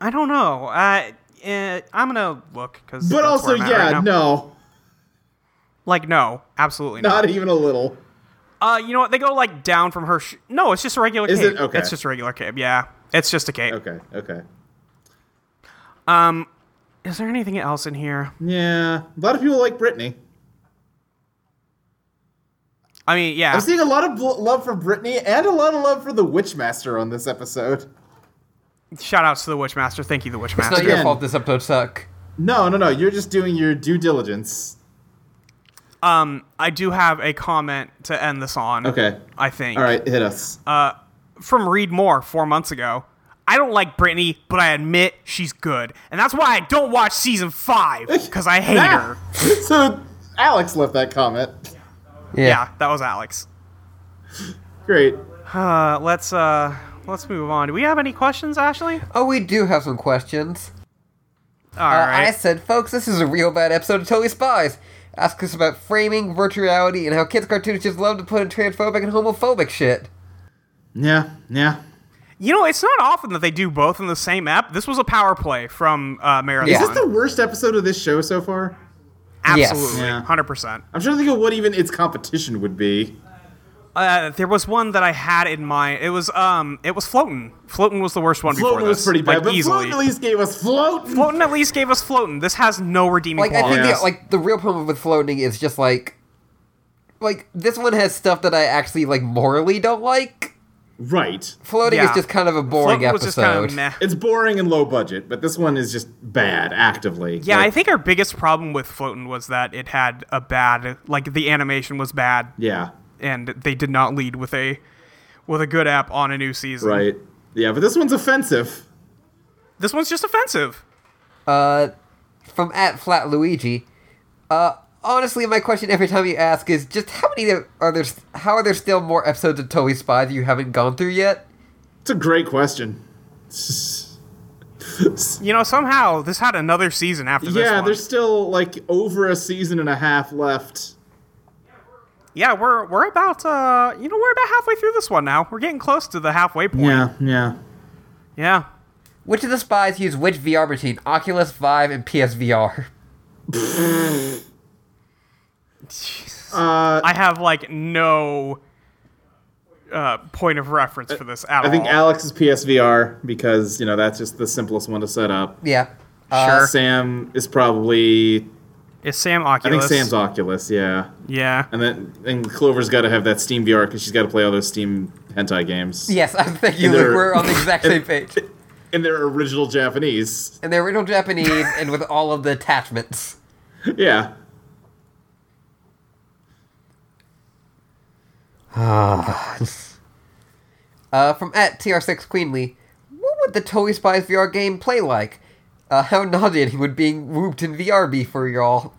Speaker 3: I don't know. Uh, eh, I'm gonna look because.
Speaker 4: But also, yeah, no,
Speaker 3: Like no, absolutely not.
Speaker 4: not even a little.
Speaker 3: Uh, you know what? They go like down from her. Sh- no, it's just a regular
Speaker 4: Is
Speaker 3: cape.
Speaker 4: it? Okay.
Speaker 3: It's just a regular cape. Yeah, it's just a cape.
Speaker 4: Okay, okay.
Speaker 3: Is there anything else in here?
Speaker 4: Yeah, a lot of people like Britney.
Speaker 3: I mean, yeah.
Speaker 4: I'm seeing a lot of bl- love for Britney and a lot of love for the Witchmaster on this episode.
Speaker 3: Shout outs to the Witchmaster. Thank you, the Witchmaster.
Speaker 2: It's not your
Speaker 4: Again.
Speaker 2: fault this episode suck.
Speaker 4: No, no, no. You're just doing your due diligence.
Speaker 3: Um, I do have a comment to end this on.
Speaker 4: Okay.
Speaker 3: I think.
Speaker 4: All right, hit us.
Speaker 3: From Reed Moore four months ago. I don't like Brittany, but I admit she's good, and that's why I don't watch season five because I hate her.
Speaker 4: Ah! so Alex left that comment.
Speaker 3: Yeah, that was Alex.
Speaker 4: Great.
Speaker 3: Uh, let's uh, let's move on. Do we have any questions, Ashley?
Speaker 2: Oh, we do have some questions.
Speaker 3: All
Speaker 2: Uh,
Speaker 3: right.
Speaker 2: I said, folks, this is a real bad episode of Totally Spies. Ask us about framing, virtuality, and how kids' cartoons just love to put in transphobic and homophobic shit.
Speaker 4: Yeah, yeah.
Speaker 3: You know, it's not often that they do both in the same app. This was a power play from uh, Marathon.
Speaker 2: Yeah.
Speaker 4: Is this the worst episode of this show so far?
Speaker 2: Yes.
Speaker 3: Absolutely,
Speaker 4: Yeah.
Speaker 3: hundred percent.
Speaker 4: I'm trying to think of what even its competition would be.
Speaker 3: Uh, there was one that I had in mind. It was um, it was floating. Floating was the worst one
Speaker 4: Floating
Speaker 3: before
Speaker 4: was
Speaker 3: this,
Speaker 4: pretty bad,
Speaker 3: like,
Speaker 4: but
Speaker 3: easily.
Speaker 4: Floating at least gave us Floating.
Speaker 3: Floating at least gave us floating. This has no redeeming
Speaker 2: Like, I
Speaker 3: quality.
Speaker 2: think
Speaker 4: Yes.
Speaker 2: the, like the real problem with floating is just like, like this one has stuff that I actually like morally don't like.
Speaker 4: Right.
Speaker 2: Floating
Speaker 3: Yeah.
Speaker 2: is just kind of a boring
Speaker 3: floating was
Speaker 2: episode.
Speaker 3: just kind of meh.
Speaker 4: It's boring and low budget, but this one is just bad actively.
Speaker 3: Yeah,
Speaker 4: Like,
Speaker 3: I think our biggest problem with floating was that it had a bad, like the animation was bad,
Speaker 4: Yeah.
Speaker 3: and they did not lead with a with a good app on a new season.
Speaker 4: Right. Yeah, but this one's offensive.
Speaker 3: This one's just offensive.
Speaker 2: Uh, from at Flat Luigi. Uh, honestly, my question every time you ask is just how many are there? How are there still more episodes of Totally Spies you haven't gone through yet?
Speaker 4: It's a great question.
Speaker 3: You know, somehow this had another season after this
Speaker 4: yeah,
Speaker 3: one.
Speaker 4: there's still like over a season and a half left.
Speaker 3: yeah, we're we're about uh, you know, we're about halfway through this one now. We're getting close to the halfway point.
Speaker 4: Yeah, yeah.
Speaker 3: Yeah.
Speaker 2: Which of the spies use which VR machine? Oculus, Vive, and PSVR.
Speaker 4: Uh,
Speaker 3: I have like no uh, point of reference for this at
Speaker 4: I think
Speaker 3: all.
Speaker 4: Alex is PSVR because you know that's just the simplest one to set up. Uh,
Speaker 2: Yeah. Uh,
Speaker 3: Uh, Sure.
Speaker 4: Sam is probably
Speaker 3: Is Sam
Speaker 4: I think
Speaker 3: Oculus?
Speaker 4: Sam's Oculus, yeah,
Speaker 3: Yeah.
Speaker 4: and then and Clover's got to have that Steam VR because she's got to play all those Steam hentai games.
Speaker 2: Yes, I'm thinking
Speaker 4: And
Speaker 2: Luke,
Speaker 4: they're-
Speaker 2: we're on the exact same page.
Speaker 4: in their original Japanese.
Speaker 2: And they're original Japanese and with all of the attachments.
Speaker 4: Yeah,
Speaker 2: Uh, from at TR6 Queenly, what would the Toy Spies VR game play like? Uh, how nauseating would being whooped in VR be for y'all?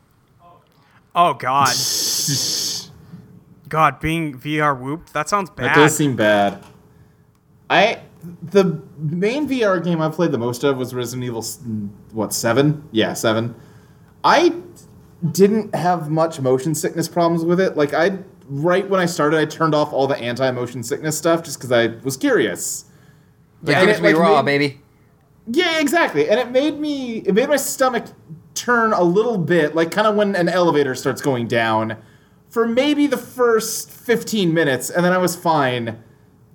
Speaker 3: Oh God. God, being VR whooped. That sounds bad.
Speaker 4: that does seem bad. I the main VR game I played the most of was Resident Evil, s- what seven? Yeah, seven. I didn't have much motion sickness problems with it. Like I right when I started, I turned off all the anti motion sickness stuff just because I was curious.
Speaker 2: Like,
Speaker 3: Yeah.
Speaker 2: give
Speaker 3: And
Speaker 2: it
Speaker 4: it,
Speaker 2: to me
Speaker 4: like,
Speaker 2: raw,
Speaker 4: made-
Speaker 2: baby.
Speaker 4: Yeah, exactly. And it made me it made my stomach turn a little bit, like kind of when an elevator starts going down for maybe the first 15 minutes and then I was fine.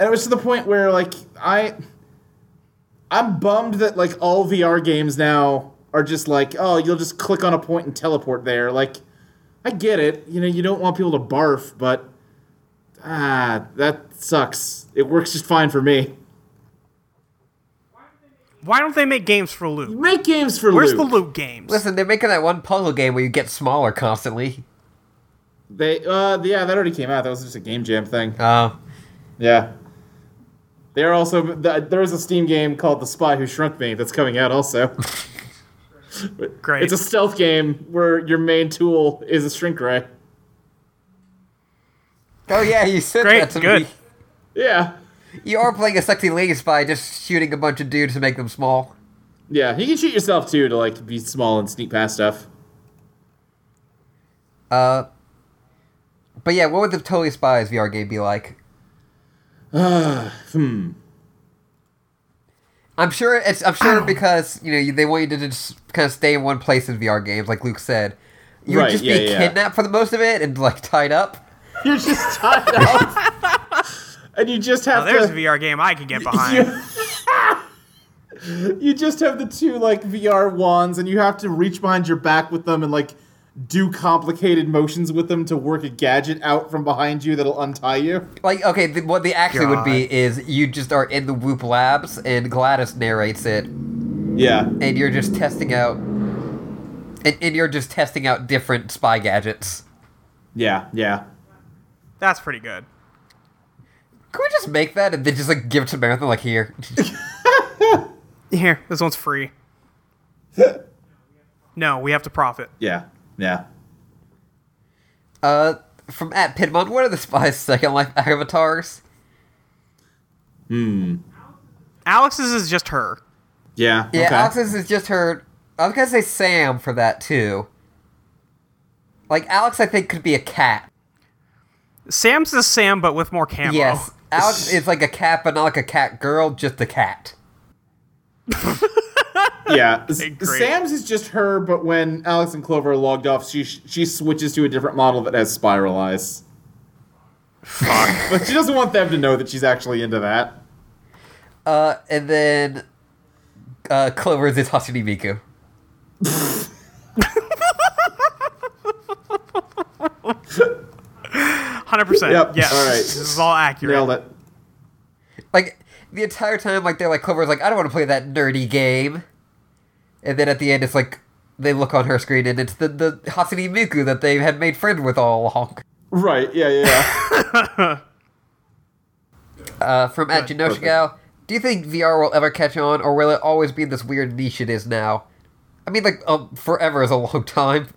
Speaker 4: And it was to the point where like I I'm bummed that like all VR games now are just like, oh, you'll just click on a point and teleport there. Like I get it. You know, you don't want people to barf, but ah, that sucks. It works just fine for me.
Speaker 3: Why don't they make games for loot?
Speaker 4: Make games for
Speaker 3: Where's
Speaker 4: Luke.
Speaker 3: the loot games?
Speaker 2: Listen, they're making that one puzzle game where you get smaller constantly.
Speaker 4: They uh yeah, that already came out. That was just a game jam thing.
Speaker 2: Uh,
Speaker 4: Yeah. They're also th- there is a Steam game called The Spy Who Shrunk Me that's coming out also.
Speaker 3: Great.
Speaker 4: It's a stealth game where your main tool is a shrink ray.
Speaker 2: oh, yeah, you said
Speaker 3: Great,
Speaker 2: that to
Speaker 3: good.
Speaker 2: me.
Speaker 4: Yeah.
Speaker 2: You are playing a sexy lady spy just shooting a bunch of dudes to make them small.
Speaker 4: Yeah, you can shoot yourself too to like be small and sneak past stuff.
Speaker 2: Uh, but yeah, what would the Totally Spies VR game be like? hmm. I'm sure it's. I'm sure because you know you- they want you to just kind of stay in one place in VR games, like Luke said. You would
Speaker 4: Right,
Speaker 2: just
Speaker 4: yeah,
Speaker 2: be
Speaker 4: yeah.
Speaker 2: kidnapped for the most of it and like tied up.
Speaker 4: You're just tied up. and you just
Speaker 3: Oh,
Speaker 4: have
Speaker 3: there's a
Speaker 4: to
Speaker 3: VR game I could get behind.
Speaker 4: you, you just have the two like VR wands and you have to reach behind your back with them and like do complicated motions with them to work a gadget out from behind you that'll untie you.
Speaker 2: Like okay, the, what they actually would be is you just are in the Whoop Labs and Gladys narrates it,
Speaker 4: Yeah.
Speaker 2: and you're just testing out, and, and you're just testing out different spy gadgets.
Speaker 4: Yeah, yeah.
Speaker 3: That's pretty good.
Speaker 2: Can we just make that and then just like give it to Marathon like here?
Speaker 3: Here, this one's free. no, we have to profit.
Speaker 4: Yeah. Yeah.
Speaker 2: Uh, from at Pidmon, what are the spies' Second Life avatars?
Speaker 3: Alex's is just her.
Speaker 4: Yeah.
Speaker 2: Yeah,
Speaker 4: okay.
Speaker 2: Alex's is just her. I was gonna say Sam for that too. Like Alex, I think could be a cat.
Speaker 3: Sam's is Sam, but with more camo.
Speaker 2: Yes, Alex is like a cat, but not like a cat girl, just a cat.
Speaker 4: yeah. S-
Speaker 3: Great.
Speaker 4: Sam's is just her, but when Alex and Clover are logged off, she she switches to a different model that has spiral eyes. Fuck. but she doesn't want them to know that she's actually into that.
Speaker 2: Uh, and then uh, Clover's is Hatsune Miku.
Speaker 3: Hundred percent.
Speaker 4: Yep,
Speaker 3: Yes.
Speaker 4: all right.
Speaker 3: This is all accurate.
Speaker 4: Nailed it.
Speaker 2: Like the entire time, like they're like Clover's like, I don't want to play that nerdy game. And then at the end, it's like they look on her screen, and it's the the Hatsune Miku that they had made friend with all along.
Speaker 4: Right. Yeah. Yeah. yeah.
Speaker 2: Uh, from at Genoshigal, do you think VR will ever catch on, or will it always be in this weird niche it is now? I mean, like, um, forever is a long time.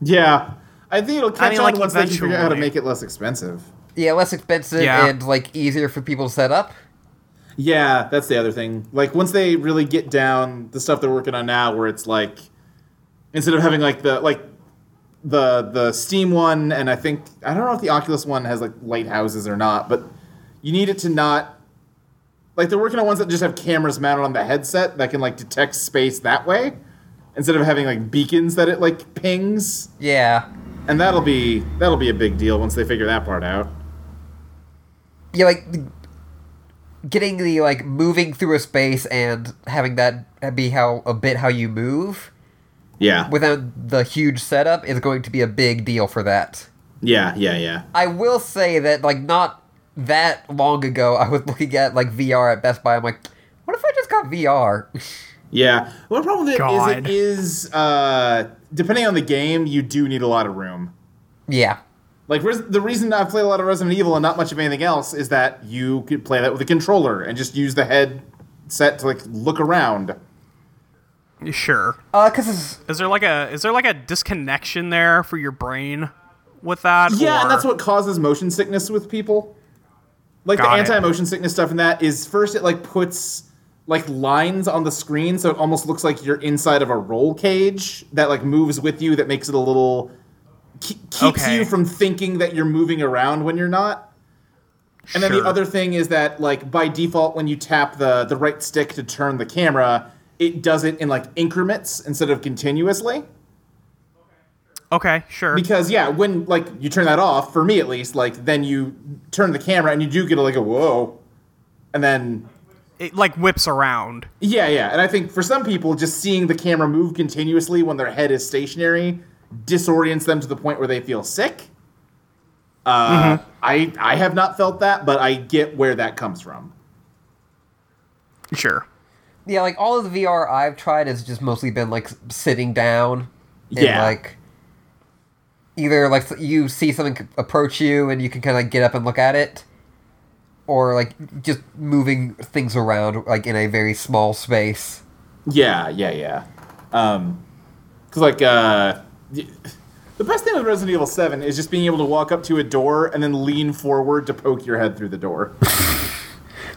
Speaker 4: yeah. I think it'll catch
Speaker 3: mean,
Speaker 4: on
Speaker 3: like,
Speaker 4: once they can figure out how to
Speaker 3: eventually.
Speaker 4: make it less expensive.
Speaker 2: Yeah, less expensive
Speaker 3: Yeah.
Speaker 2: and, like, easier for people to set up.
Speaker 4: Yeah, that's the other thing. Like once they really get down the stuff they're working on now, where it's like instead of having like the like the the Steam one, and I think I don't know if the Oculus one has like lighthouses or not, but you need it to not like they're working on ones that just have cameras mounted on the headset that can like detect space that way instead of having like beacons that it like pings,
Speaker 2: Yeah.
Speaker 4: and that'll be that'll be a big deal once they figure that part out.
Speaker 2: Yeah, like, the- getting the, like, moving through a space and having that be how, a bit how you move
Speaker 4: Yeah,
Speaker 2: without the huge setup is going to be a big deal for that.
Speaker 4: yeah, yeah, yeah.
Speaker 2: I will say that like not that long ago, I was looking at like VR at Best Buy. I'm like, what if I just got VR?
Speaker 4: Yeah. One problem with it is
Speaker 3: God.
Speaker 4: it is uh, depending on the game, you do need a lot of room.
Speaker 2: yeah,
Speaker 4: Like res- the reason I play a lot of Resident Evil and not much of anything else is that you could play that with a controller and just use the head set to like look around.
Speaker 3: Sure.
Speaker 2: uh, cause it's,
Speaker 3: Is there like a is there like a disconnection there for your brain with that?
Speaker 4: Yeah,
Speaker 3: or-
Speaker 4: and that's what causes motion sickness with people. Like
Speaker 3: Got
Speaker 4: the
Speaker 3: it.
Speaker 4: anti-motion sickness stuff in that is first it like puts like lines on the screen so it almost looks like you're inside of a roll cage that like moves with you that makes it a little ke- keeps
Speaker 3: Okay.
Speaker 4: you from thinking that you're moving around when you're not. And then
Speaker 3: Sure.
Speaker 4: the other thing is that like by default when you tap the the right stick to turn the camera, it does it in like increments instead of continuously.
Speaker 3: Okay. Sure.
Speaker 4: Because yeah, when like you turn that off, for me at least, like then you turn the camera and you do get a, like a whoa, and then
Speaker 3: it like whips around.
Speaker 4: yeah, yeah. And I think for some people, just seeing the camera move continuously when their head is stationary disorients them to the point where they feel sick. Uh, I I have not felt that, but I get where that comes from.
Speaker 3: Sure.
Speaker 2: yeah, like all of the VR I've tried has just mostly been like s- sitting down. And,
Speaker 4: Yeah.
Speaker 2: Like either like s- you see something c- approach you and you can kind of like, get up and look at it, or like just moving things around like in a very small space.
Speaker 4: Yeah, yeah, yeah. Um, cause like uh, y- the best thing with Resident Evil Seven is just being able to walk up to a door and then lean forward to poke your head through the door.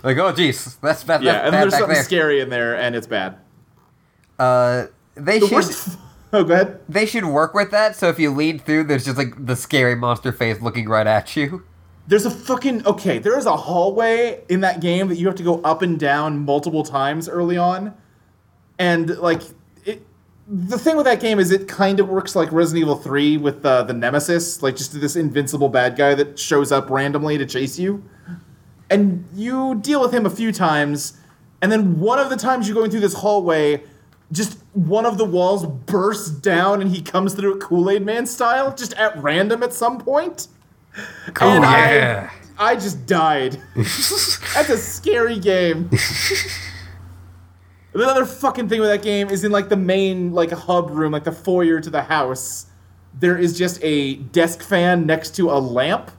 Speaker 2: Like oh geez, that's bad.
Speaker 4: yeah,
Speaker 2: that's
Speaker 4: and
Speaker 2: bad
Speaker 4: there's
Speaker 2: back
Speaker 4: something
Speaker 2: there.
Speaker 4: scary in there, and it's bad.
Speaker 2: Uh, they
Speaker 4: The
Speaker 2: should.
Speaker 4: worst. Oh, go ahead.
Speaker 2: they should work with that. So if you lean through, there's just like the scary monster face looking right at you.
Speaker 4: There's a fucking okay. There is a hallway in that game that you have to go up and down multiple times early on, and like it. The thing with that game is it kind of works like Resident Evil Three with uh, the Nemesis, like just this invincible bad guy that shows up randomly to chase you, and you deal with him a few times, and then one of the times you're going through this hallway. Just one of the walls bursts down and he comes through it Kool Aid Man style, just at random at some point.
Speaker 2: Oh,
Speaker 4: And I- I, just died. That's a scary game. the other fucking thing with that game is in like the main like hub room, like the foyer to the house. There is just a desk fan next to a lamp,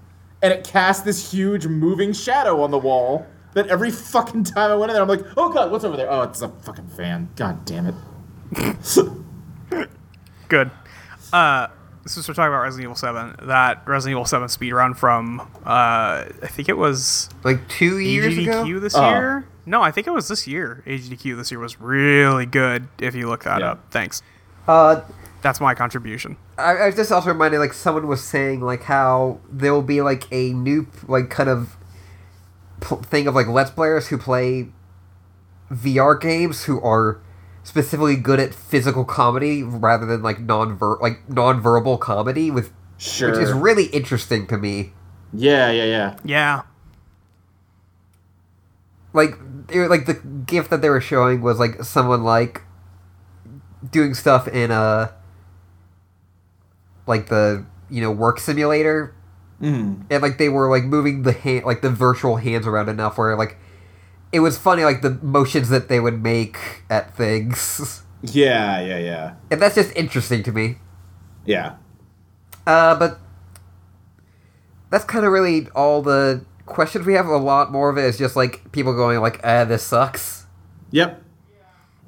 Speaker 4: and it casts this huge moving shadow on the wall that every fucking time I went in there, I'm like, oh god, what's over there? Oh, it's a fucking fan. God damn it.
Speaker 3: Good. Uh, since we're talking about Resident Evil 7, that Resident Evil 7 speedrun from, uh, I think it was
Speaker 2: Like two years
Speaker 3: AGDQ
Speaker 2: ago.
Speaker 3: this
Speaker 4: Oh.
Speaker 3: year? No, I think it was this year. AGDQ this year was really good if you look that
Speaker 4: Yeah.
Speaker 3: up. Thanks.
Speaker 2: Uh,
Speaker 3: That's my contribution.
Speaker 2: I, I was just also reminded, like someone was saying, like how there will be like a new, like kind of pl- thing of like let's players who play VR games who are specifically good at physical comedy rather than like non like non-verbal comedy with
Speaker 4: Sure.
Speaker 2: which is really interesting to me.
Speaker 4: yeah, yeah, yeah.
Speaker 3: Yeah.
Speaker 2: like it, like the gift that they were showing was like someone like doing stuff in a like the you know work simulator
Speaker 4: Mm.
Speaker 2: and like they were like moving the hand like the virtual hands around enough where like it was funny like the motions that they would make at things
Speaker 4: Yeah, yeah, yeah.
Speaker 2: and that's just interesting to me
Speaker 4: Yeah.
Speaker 2: Uh, but that's kind of really all the questions we have. A lot more of it is just like people going like, "Ah, this sucks."
Speaker 4: Yep.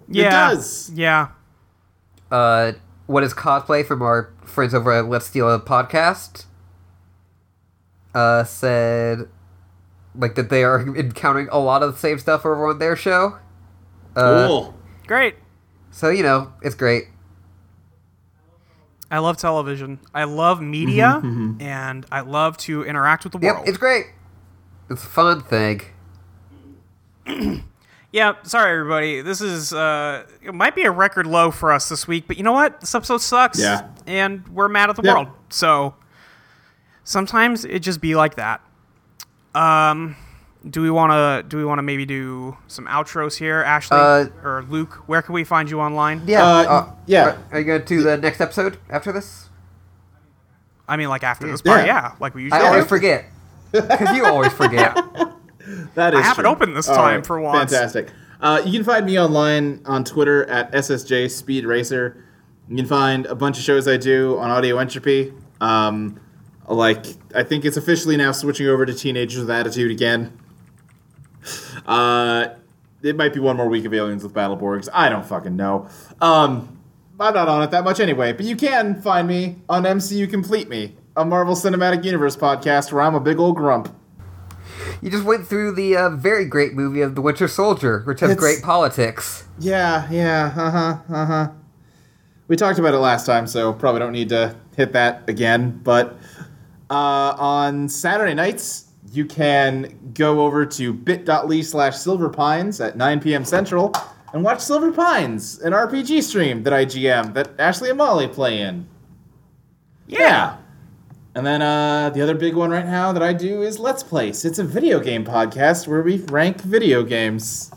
Speaker 3: Yeah.
Speaker 4: does.
Speaker 3: Yeah.
Speaker 2: Uh, what is cosplay from our friends over at Let's Steal a Podcast? Uh, said like that they are encountering a lot of the same stuff over on their show. Uh,
Speaker 4: cool.
Speaker 3: Great.
Speaker 2: So you know, it's great.
Speaker 3: I love television. I love media, and I love to interact with the
Speaker 2: Yep,
Speaker 3: world.
Speaker 2: it's great. It's a fun thing.
Speaker 3: Yeah, sorry everybody. This is uh it might be a record low for us this week, but you know what? This episode sucks.
Speaker 4: Yeah.
Speaker 3: And we're mad at the
Speaker 4: Yeah.
Speaker 3: world. So sometimes it just be like that. Um do we wanna do we wanna maybe do some outros here, Ashley?
Speaker 2: Uh,
Speaker 3: or Luke, where can we find you online?
Speaker 2: Yeah.
Speaker 4: Uh, yeah.
Speaker 2: Are, are you going to do the next episode after this?
Speaker 3: I mean like after this part,
Speaker 4: Yeah.
Speaker 3: yeah. Like we usually
Speaker 2: I always
Speaker 3: do.
Speaker 2: forget. Because you always forget.
Speaker 4: That is.
Speaker 3: I have it
Speaker 4: true.
Speaker 3: open this
Speaker 4: All
Speaker 3: time for once.
Speaker 4: Fantastic. Uh, you can find me online on Twitter at SSJ Speed Racer. You can find a bunch of shows I do on Audio Entropy. Um, like I think it's officially now switching over to Teenagers with Attitude again. Uh, it might be one more week of Aliens with Battleborgs. I don't fucking know. Um, I'm not on it that much anyway, but you can find me on MCU Complete Me, a Marvel Cinematic Universe podcast where I'm a big old grump.
Speaker 2: You just went through the uh, very great movie of The Winter Soldier, which has
Speaker 4: It's-
Speaker 2: great politics.
Speaker 4: Yeah, yeah, uh huh, uh huh. We talked about it last time, so probably don't need to hit that again. But uh, on Saturday nights, you can go over to bit.ly slash silver pines at 9 p.m. Central and watch Silver Pines, an RPG stream that I GM that Ashley and Molly play in. Yeah. And then uh, the other big one right now that I do is Let's Place. It's a video game podcast where we rank video games.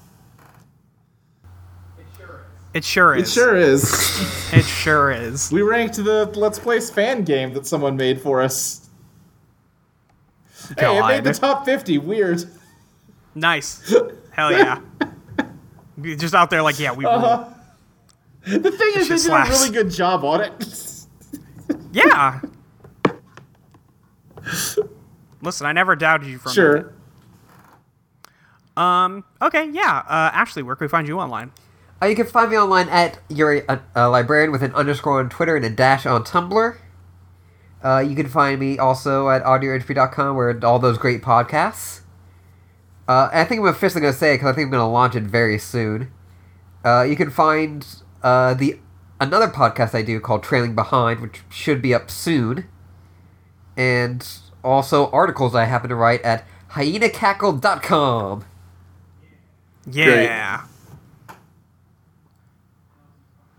Speaker 3: It sure
Speaker 4: It
Speaker 3: is.
Speaker 4: sure is.
Speaker 3: It sure is.
Speaker 4: We ranked the Let's Plays fan game that someone made for us. Hey, it made the
Speaker 3: God.
Speaker 4: top 50. Weird.
Speaker 3: Nice. Hell yeah. Just out there like, yeah, we rule.
Speaker 4: Uh-huh. The thing is, they
Speaker 3: shit
Speaker 4: did a
Speaker 3: slaps.
Speaker 4: really good job on it.
Speaker 3: Yeah. Listen, I never doubted you for a minute.
Speaker 4: sure.
Speaker 3: Um. Okay. Yeah. Uh, Ashley, where can we find you online?
Speaker 2: Uh, you can find me online at Yuri a, a Librarian with an underscore on Twitter and a dash on Tumblr. Uh, you can find me also at audioentropy.com where all those great podcasts. Uh, I think I'm officially going to say it because I think I'm going to launch it very soon. Uh, you can find uh, the another podcast I do called Trailing Behind, which should be up soon, and also articles I happen to write at hyenacackle.com.
Speaker 3: Yeah.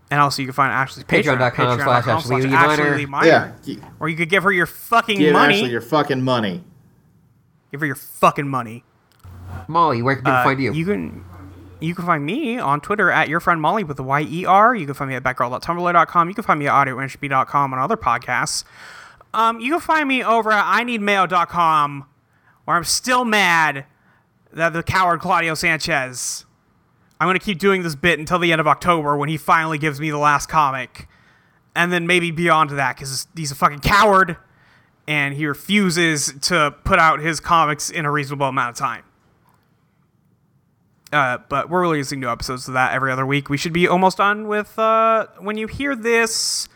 Speaker 3: And also, you can find Ashley's Patreon,
Speaker 2: Patreon.com slash
Speaker 3: patreon.com
Speaker 2: Ashley Lee Minor.
Speaker 3: Lee
Speaker 4: Yeah.
Speaker 3: Minor.
Speaker 4: G-
Speaker 3: Or you could give her your fucking
Speaker 4: Give
Speaker 3: money.
Speaker 4: Ashley your fucking money.
Speaker 3: give her your fucking money.
Speaker 2: Molly, where can people
Speaker 3: Uh,
Speaker 2: find you?
Speaker 3: can you can find me on Twitter at your friend Molly with the Y E R. You can find me at backgirl.tumblr.com. You can find me at audioentropy.com and other podcasts. Um, you can find me over at I ineedmail.com where I'm still mad that the coward Claudio Sanchez. I'm going to keep doing this bit until the end of October when he finally gives me the last comic. And then maybe beyond that because he's a fucking coward and he refuses to put out his comics in a reasonable amount of time. Uh, but we're releasing new episodes of that every other week. We should be almost done with. Uh, when you hear this,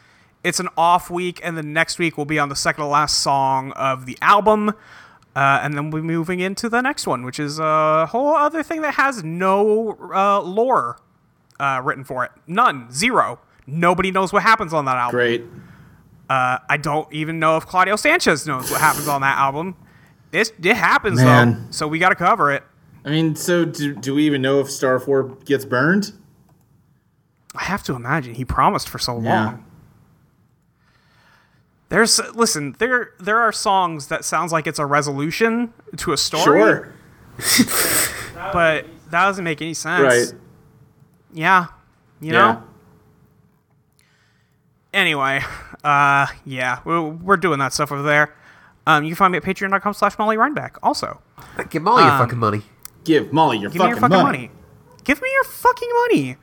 Speaker 3: it's an off week, and the next week will be on the second to last song of the album. Uh, and then we'll be moving into the next one, which is a whole other thing that has no uh, lore uh, written for it. None. Zero. Nobody knows what happens on that album.
Speaker 4: Great.
Speaker 3: I don't even know if Claudio Sanchez knows what happens on that album. This it happens
Speaker 4: Man.
Speaker 3: though, so we got to cover it.
Speaker 4: I mean, so do, do we even know if Star 4 gets burned?
Speaker 3: I have to imagine he promised for so
Speaker 4: Yeah.
Speaker 3: long. There's listen, there there are songs that sounds like it's a resolution to a story,
Speaker 4: Sure.
Speaker 3: but that doesn't make any sense.
Speaker 4: Right.
Speaker 3: Yeah. You
Speaker 4: Yeah.
Speaker 3: know? Anyway, uh, yeah, we're, we're doing that stuff over there. Um, you can find me at patreon.com slash Molly Reinbeck also.
Speaker 2: Give all your fucking money.
Speaker 4: Give Molly your,
Speaker 3: Give
Speaker 4: fucking,
Speaker 3: me your fucking
Speaker 4: money.
Speaker 3: money. Give me your fucking money.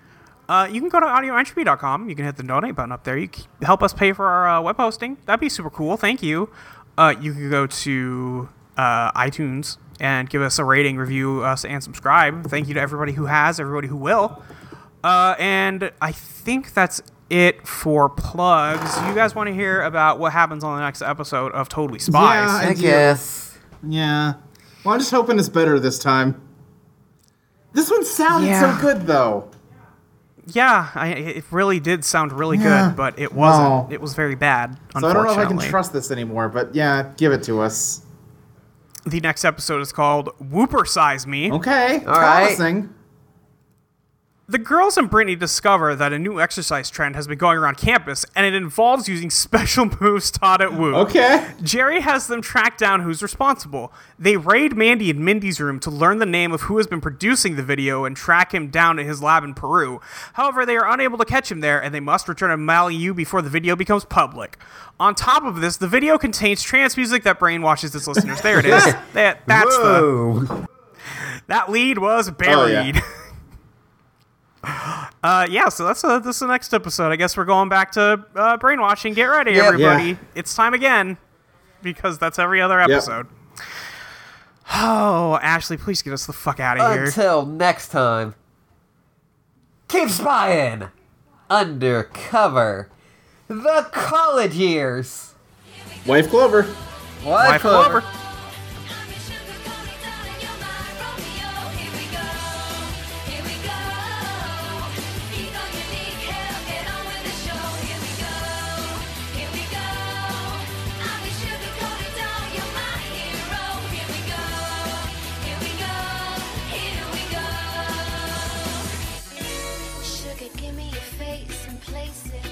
Speaker 3: Uh, you can go to audioentropy.com. You can hit the donate button up there. You can help us pay for our uh, web hosting. That'd be super cool. Thank you. Uh, you can go to uh, iTunes and give us a rating, review us, and subscribe. Thank you to everybody who has, everybody who will. Uh, and I think that's it for plugs. You guys want to hear about what happens on the next episode of Totally Spies?
Speaker 4: Yeah,
Speaker 2: I
Speaker 4: do.
Speaker 2: guess.
Speaker 4: Yeah. Well, I'm just hoping it's better this time. This one sounded
Speaker 3: Yeah.
Speaker 4: so good, though.
Speaker 3: Yeah, I, it really did sound really
Speaker 4: Yeah.
Speaker 3: good, but it wasn't.
Speaker 4: No.
Speaker 3: It was very bad.
Speaker 4: So I don't know if I can
Speaker 3: unfortunately.
Speaker 4: trust this anymore, but yeah, give it to us.
Speaker 3: The next episode is called "Whooper Size Me."
Speaker 4: Okay.
Speaker 2: All right.
Speaker 4: promising.
Speaker 3: The girls and Brittany discover that a new exercise trend has been going around campus, and it involves using special moves taught at Woo.
Speaker 4: Okay.
Speaker 3: Jerry has them track down who's responsible. They raid Mandy in Mindy's room to learn the name of who has been producing the video and track him down at his lab in Peru. However, they are unable to catch him there and they must return to Malibu before the video becomes public. On top of this, the video contains trance music that brainwashes its listeners. There it is. That, that's the,
Speaker 2: Whoa.
Speaker 3: that lead was
Speaker 4: Oh,
Speaker 3: buried. Uh, yeah, so that's uh, this is the next episode. I guess we're going back to uh, brainwashing. Get ready,
Speaker 2: Yep.
Speaker 3: everybody.
Speaker 4: Yeah.
Speaker 3: It's time again because that's every other episode. Oh, Ashley, please get us the fuck out
Speaker 2: Uh,
Speaker 3: of here.
Speaker 2: Until next time, keep spying undercover the college years.
Speaker 4: Wife Clover.
Speaker 2: What?
Speaker 3: Life Clover.
Speaker 1: I'm your sugar coated darling, you're my Romeo. Here we go, here we go. Eat all you need, hell, get on with the show. Here we go, here we go. I'm your sugar coated darling, you're my hero. Here we go, here we go, here we go. Sugar, give me your face and place it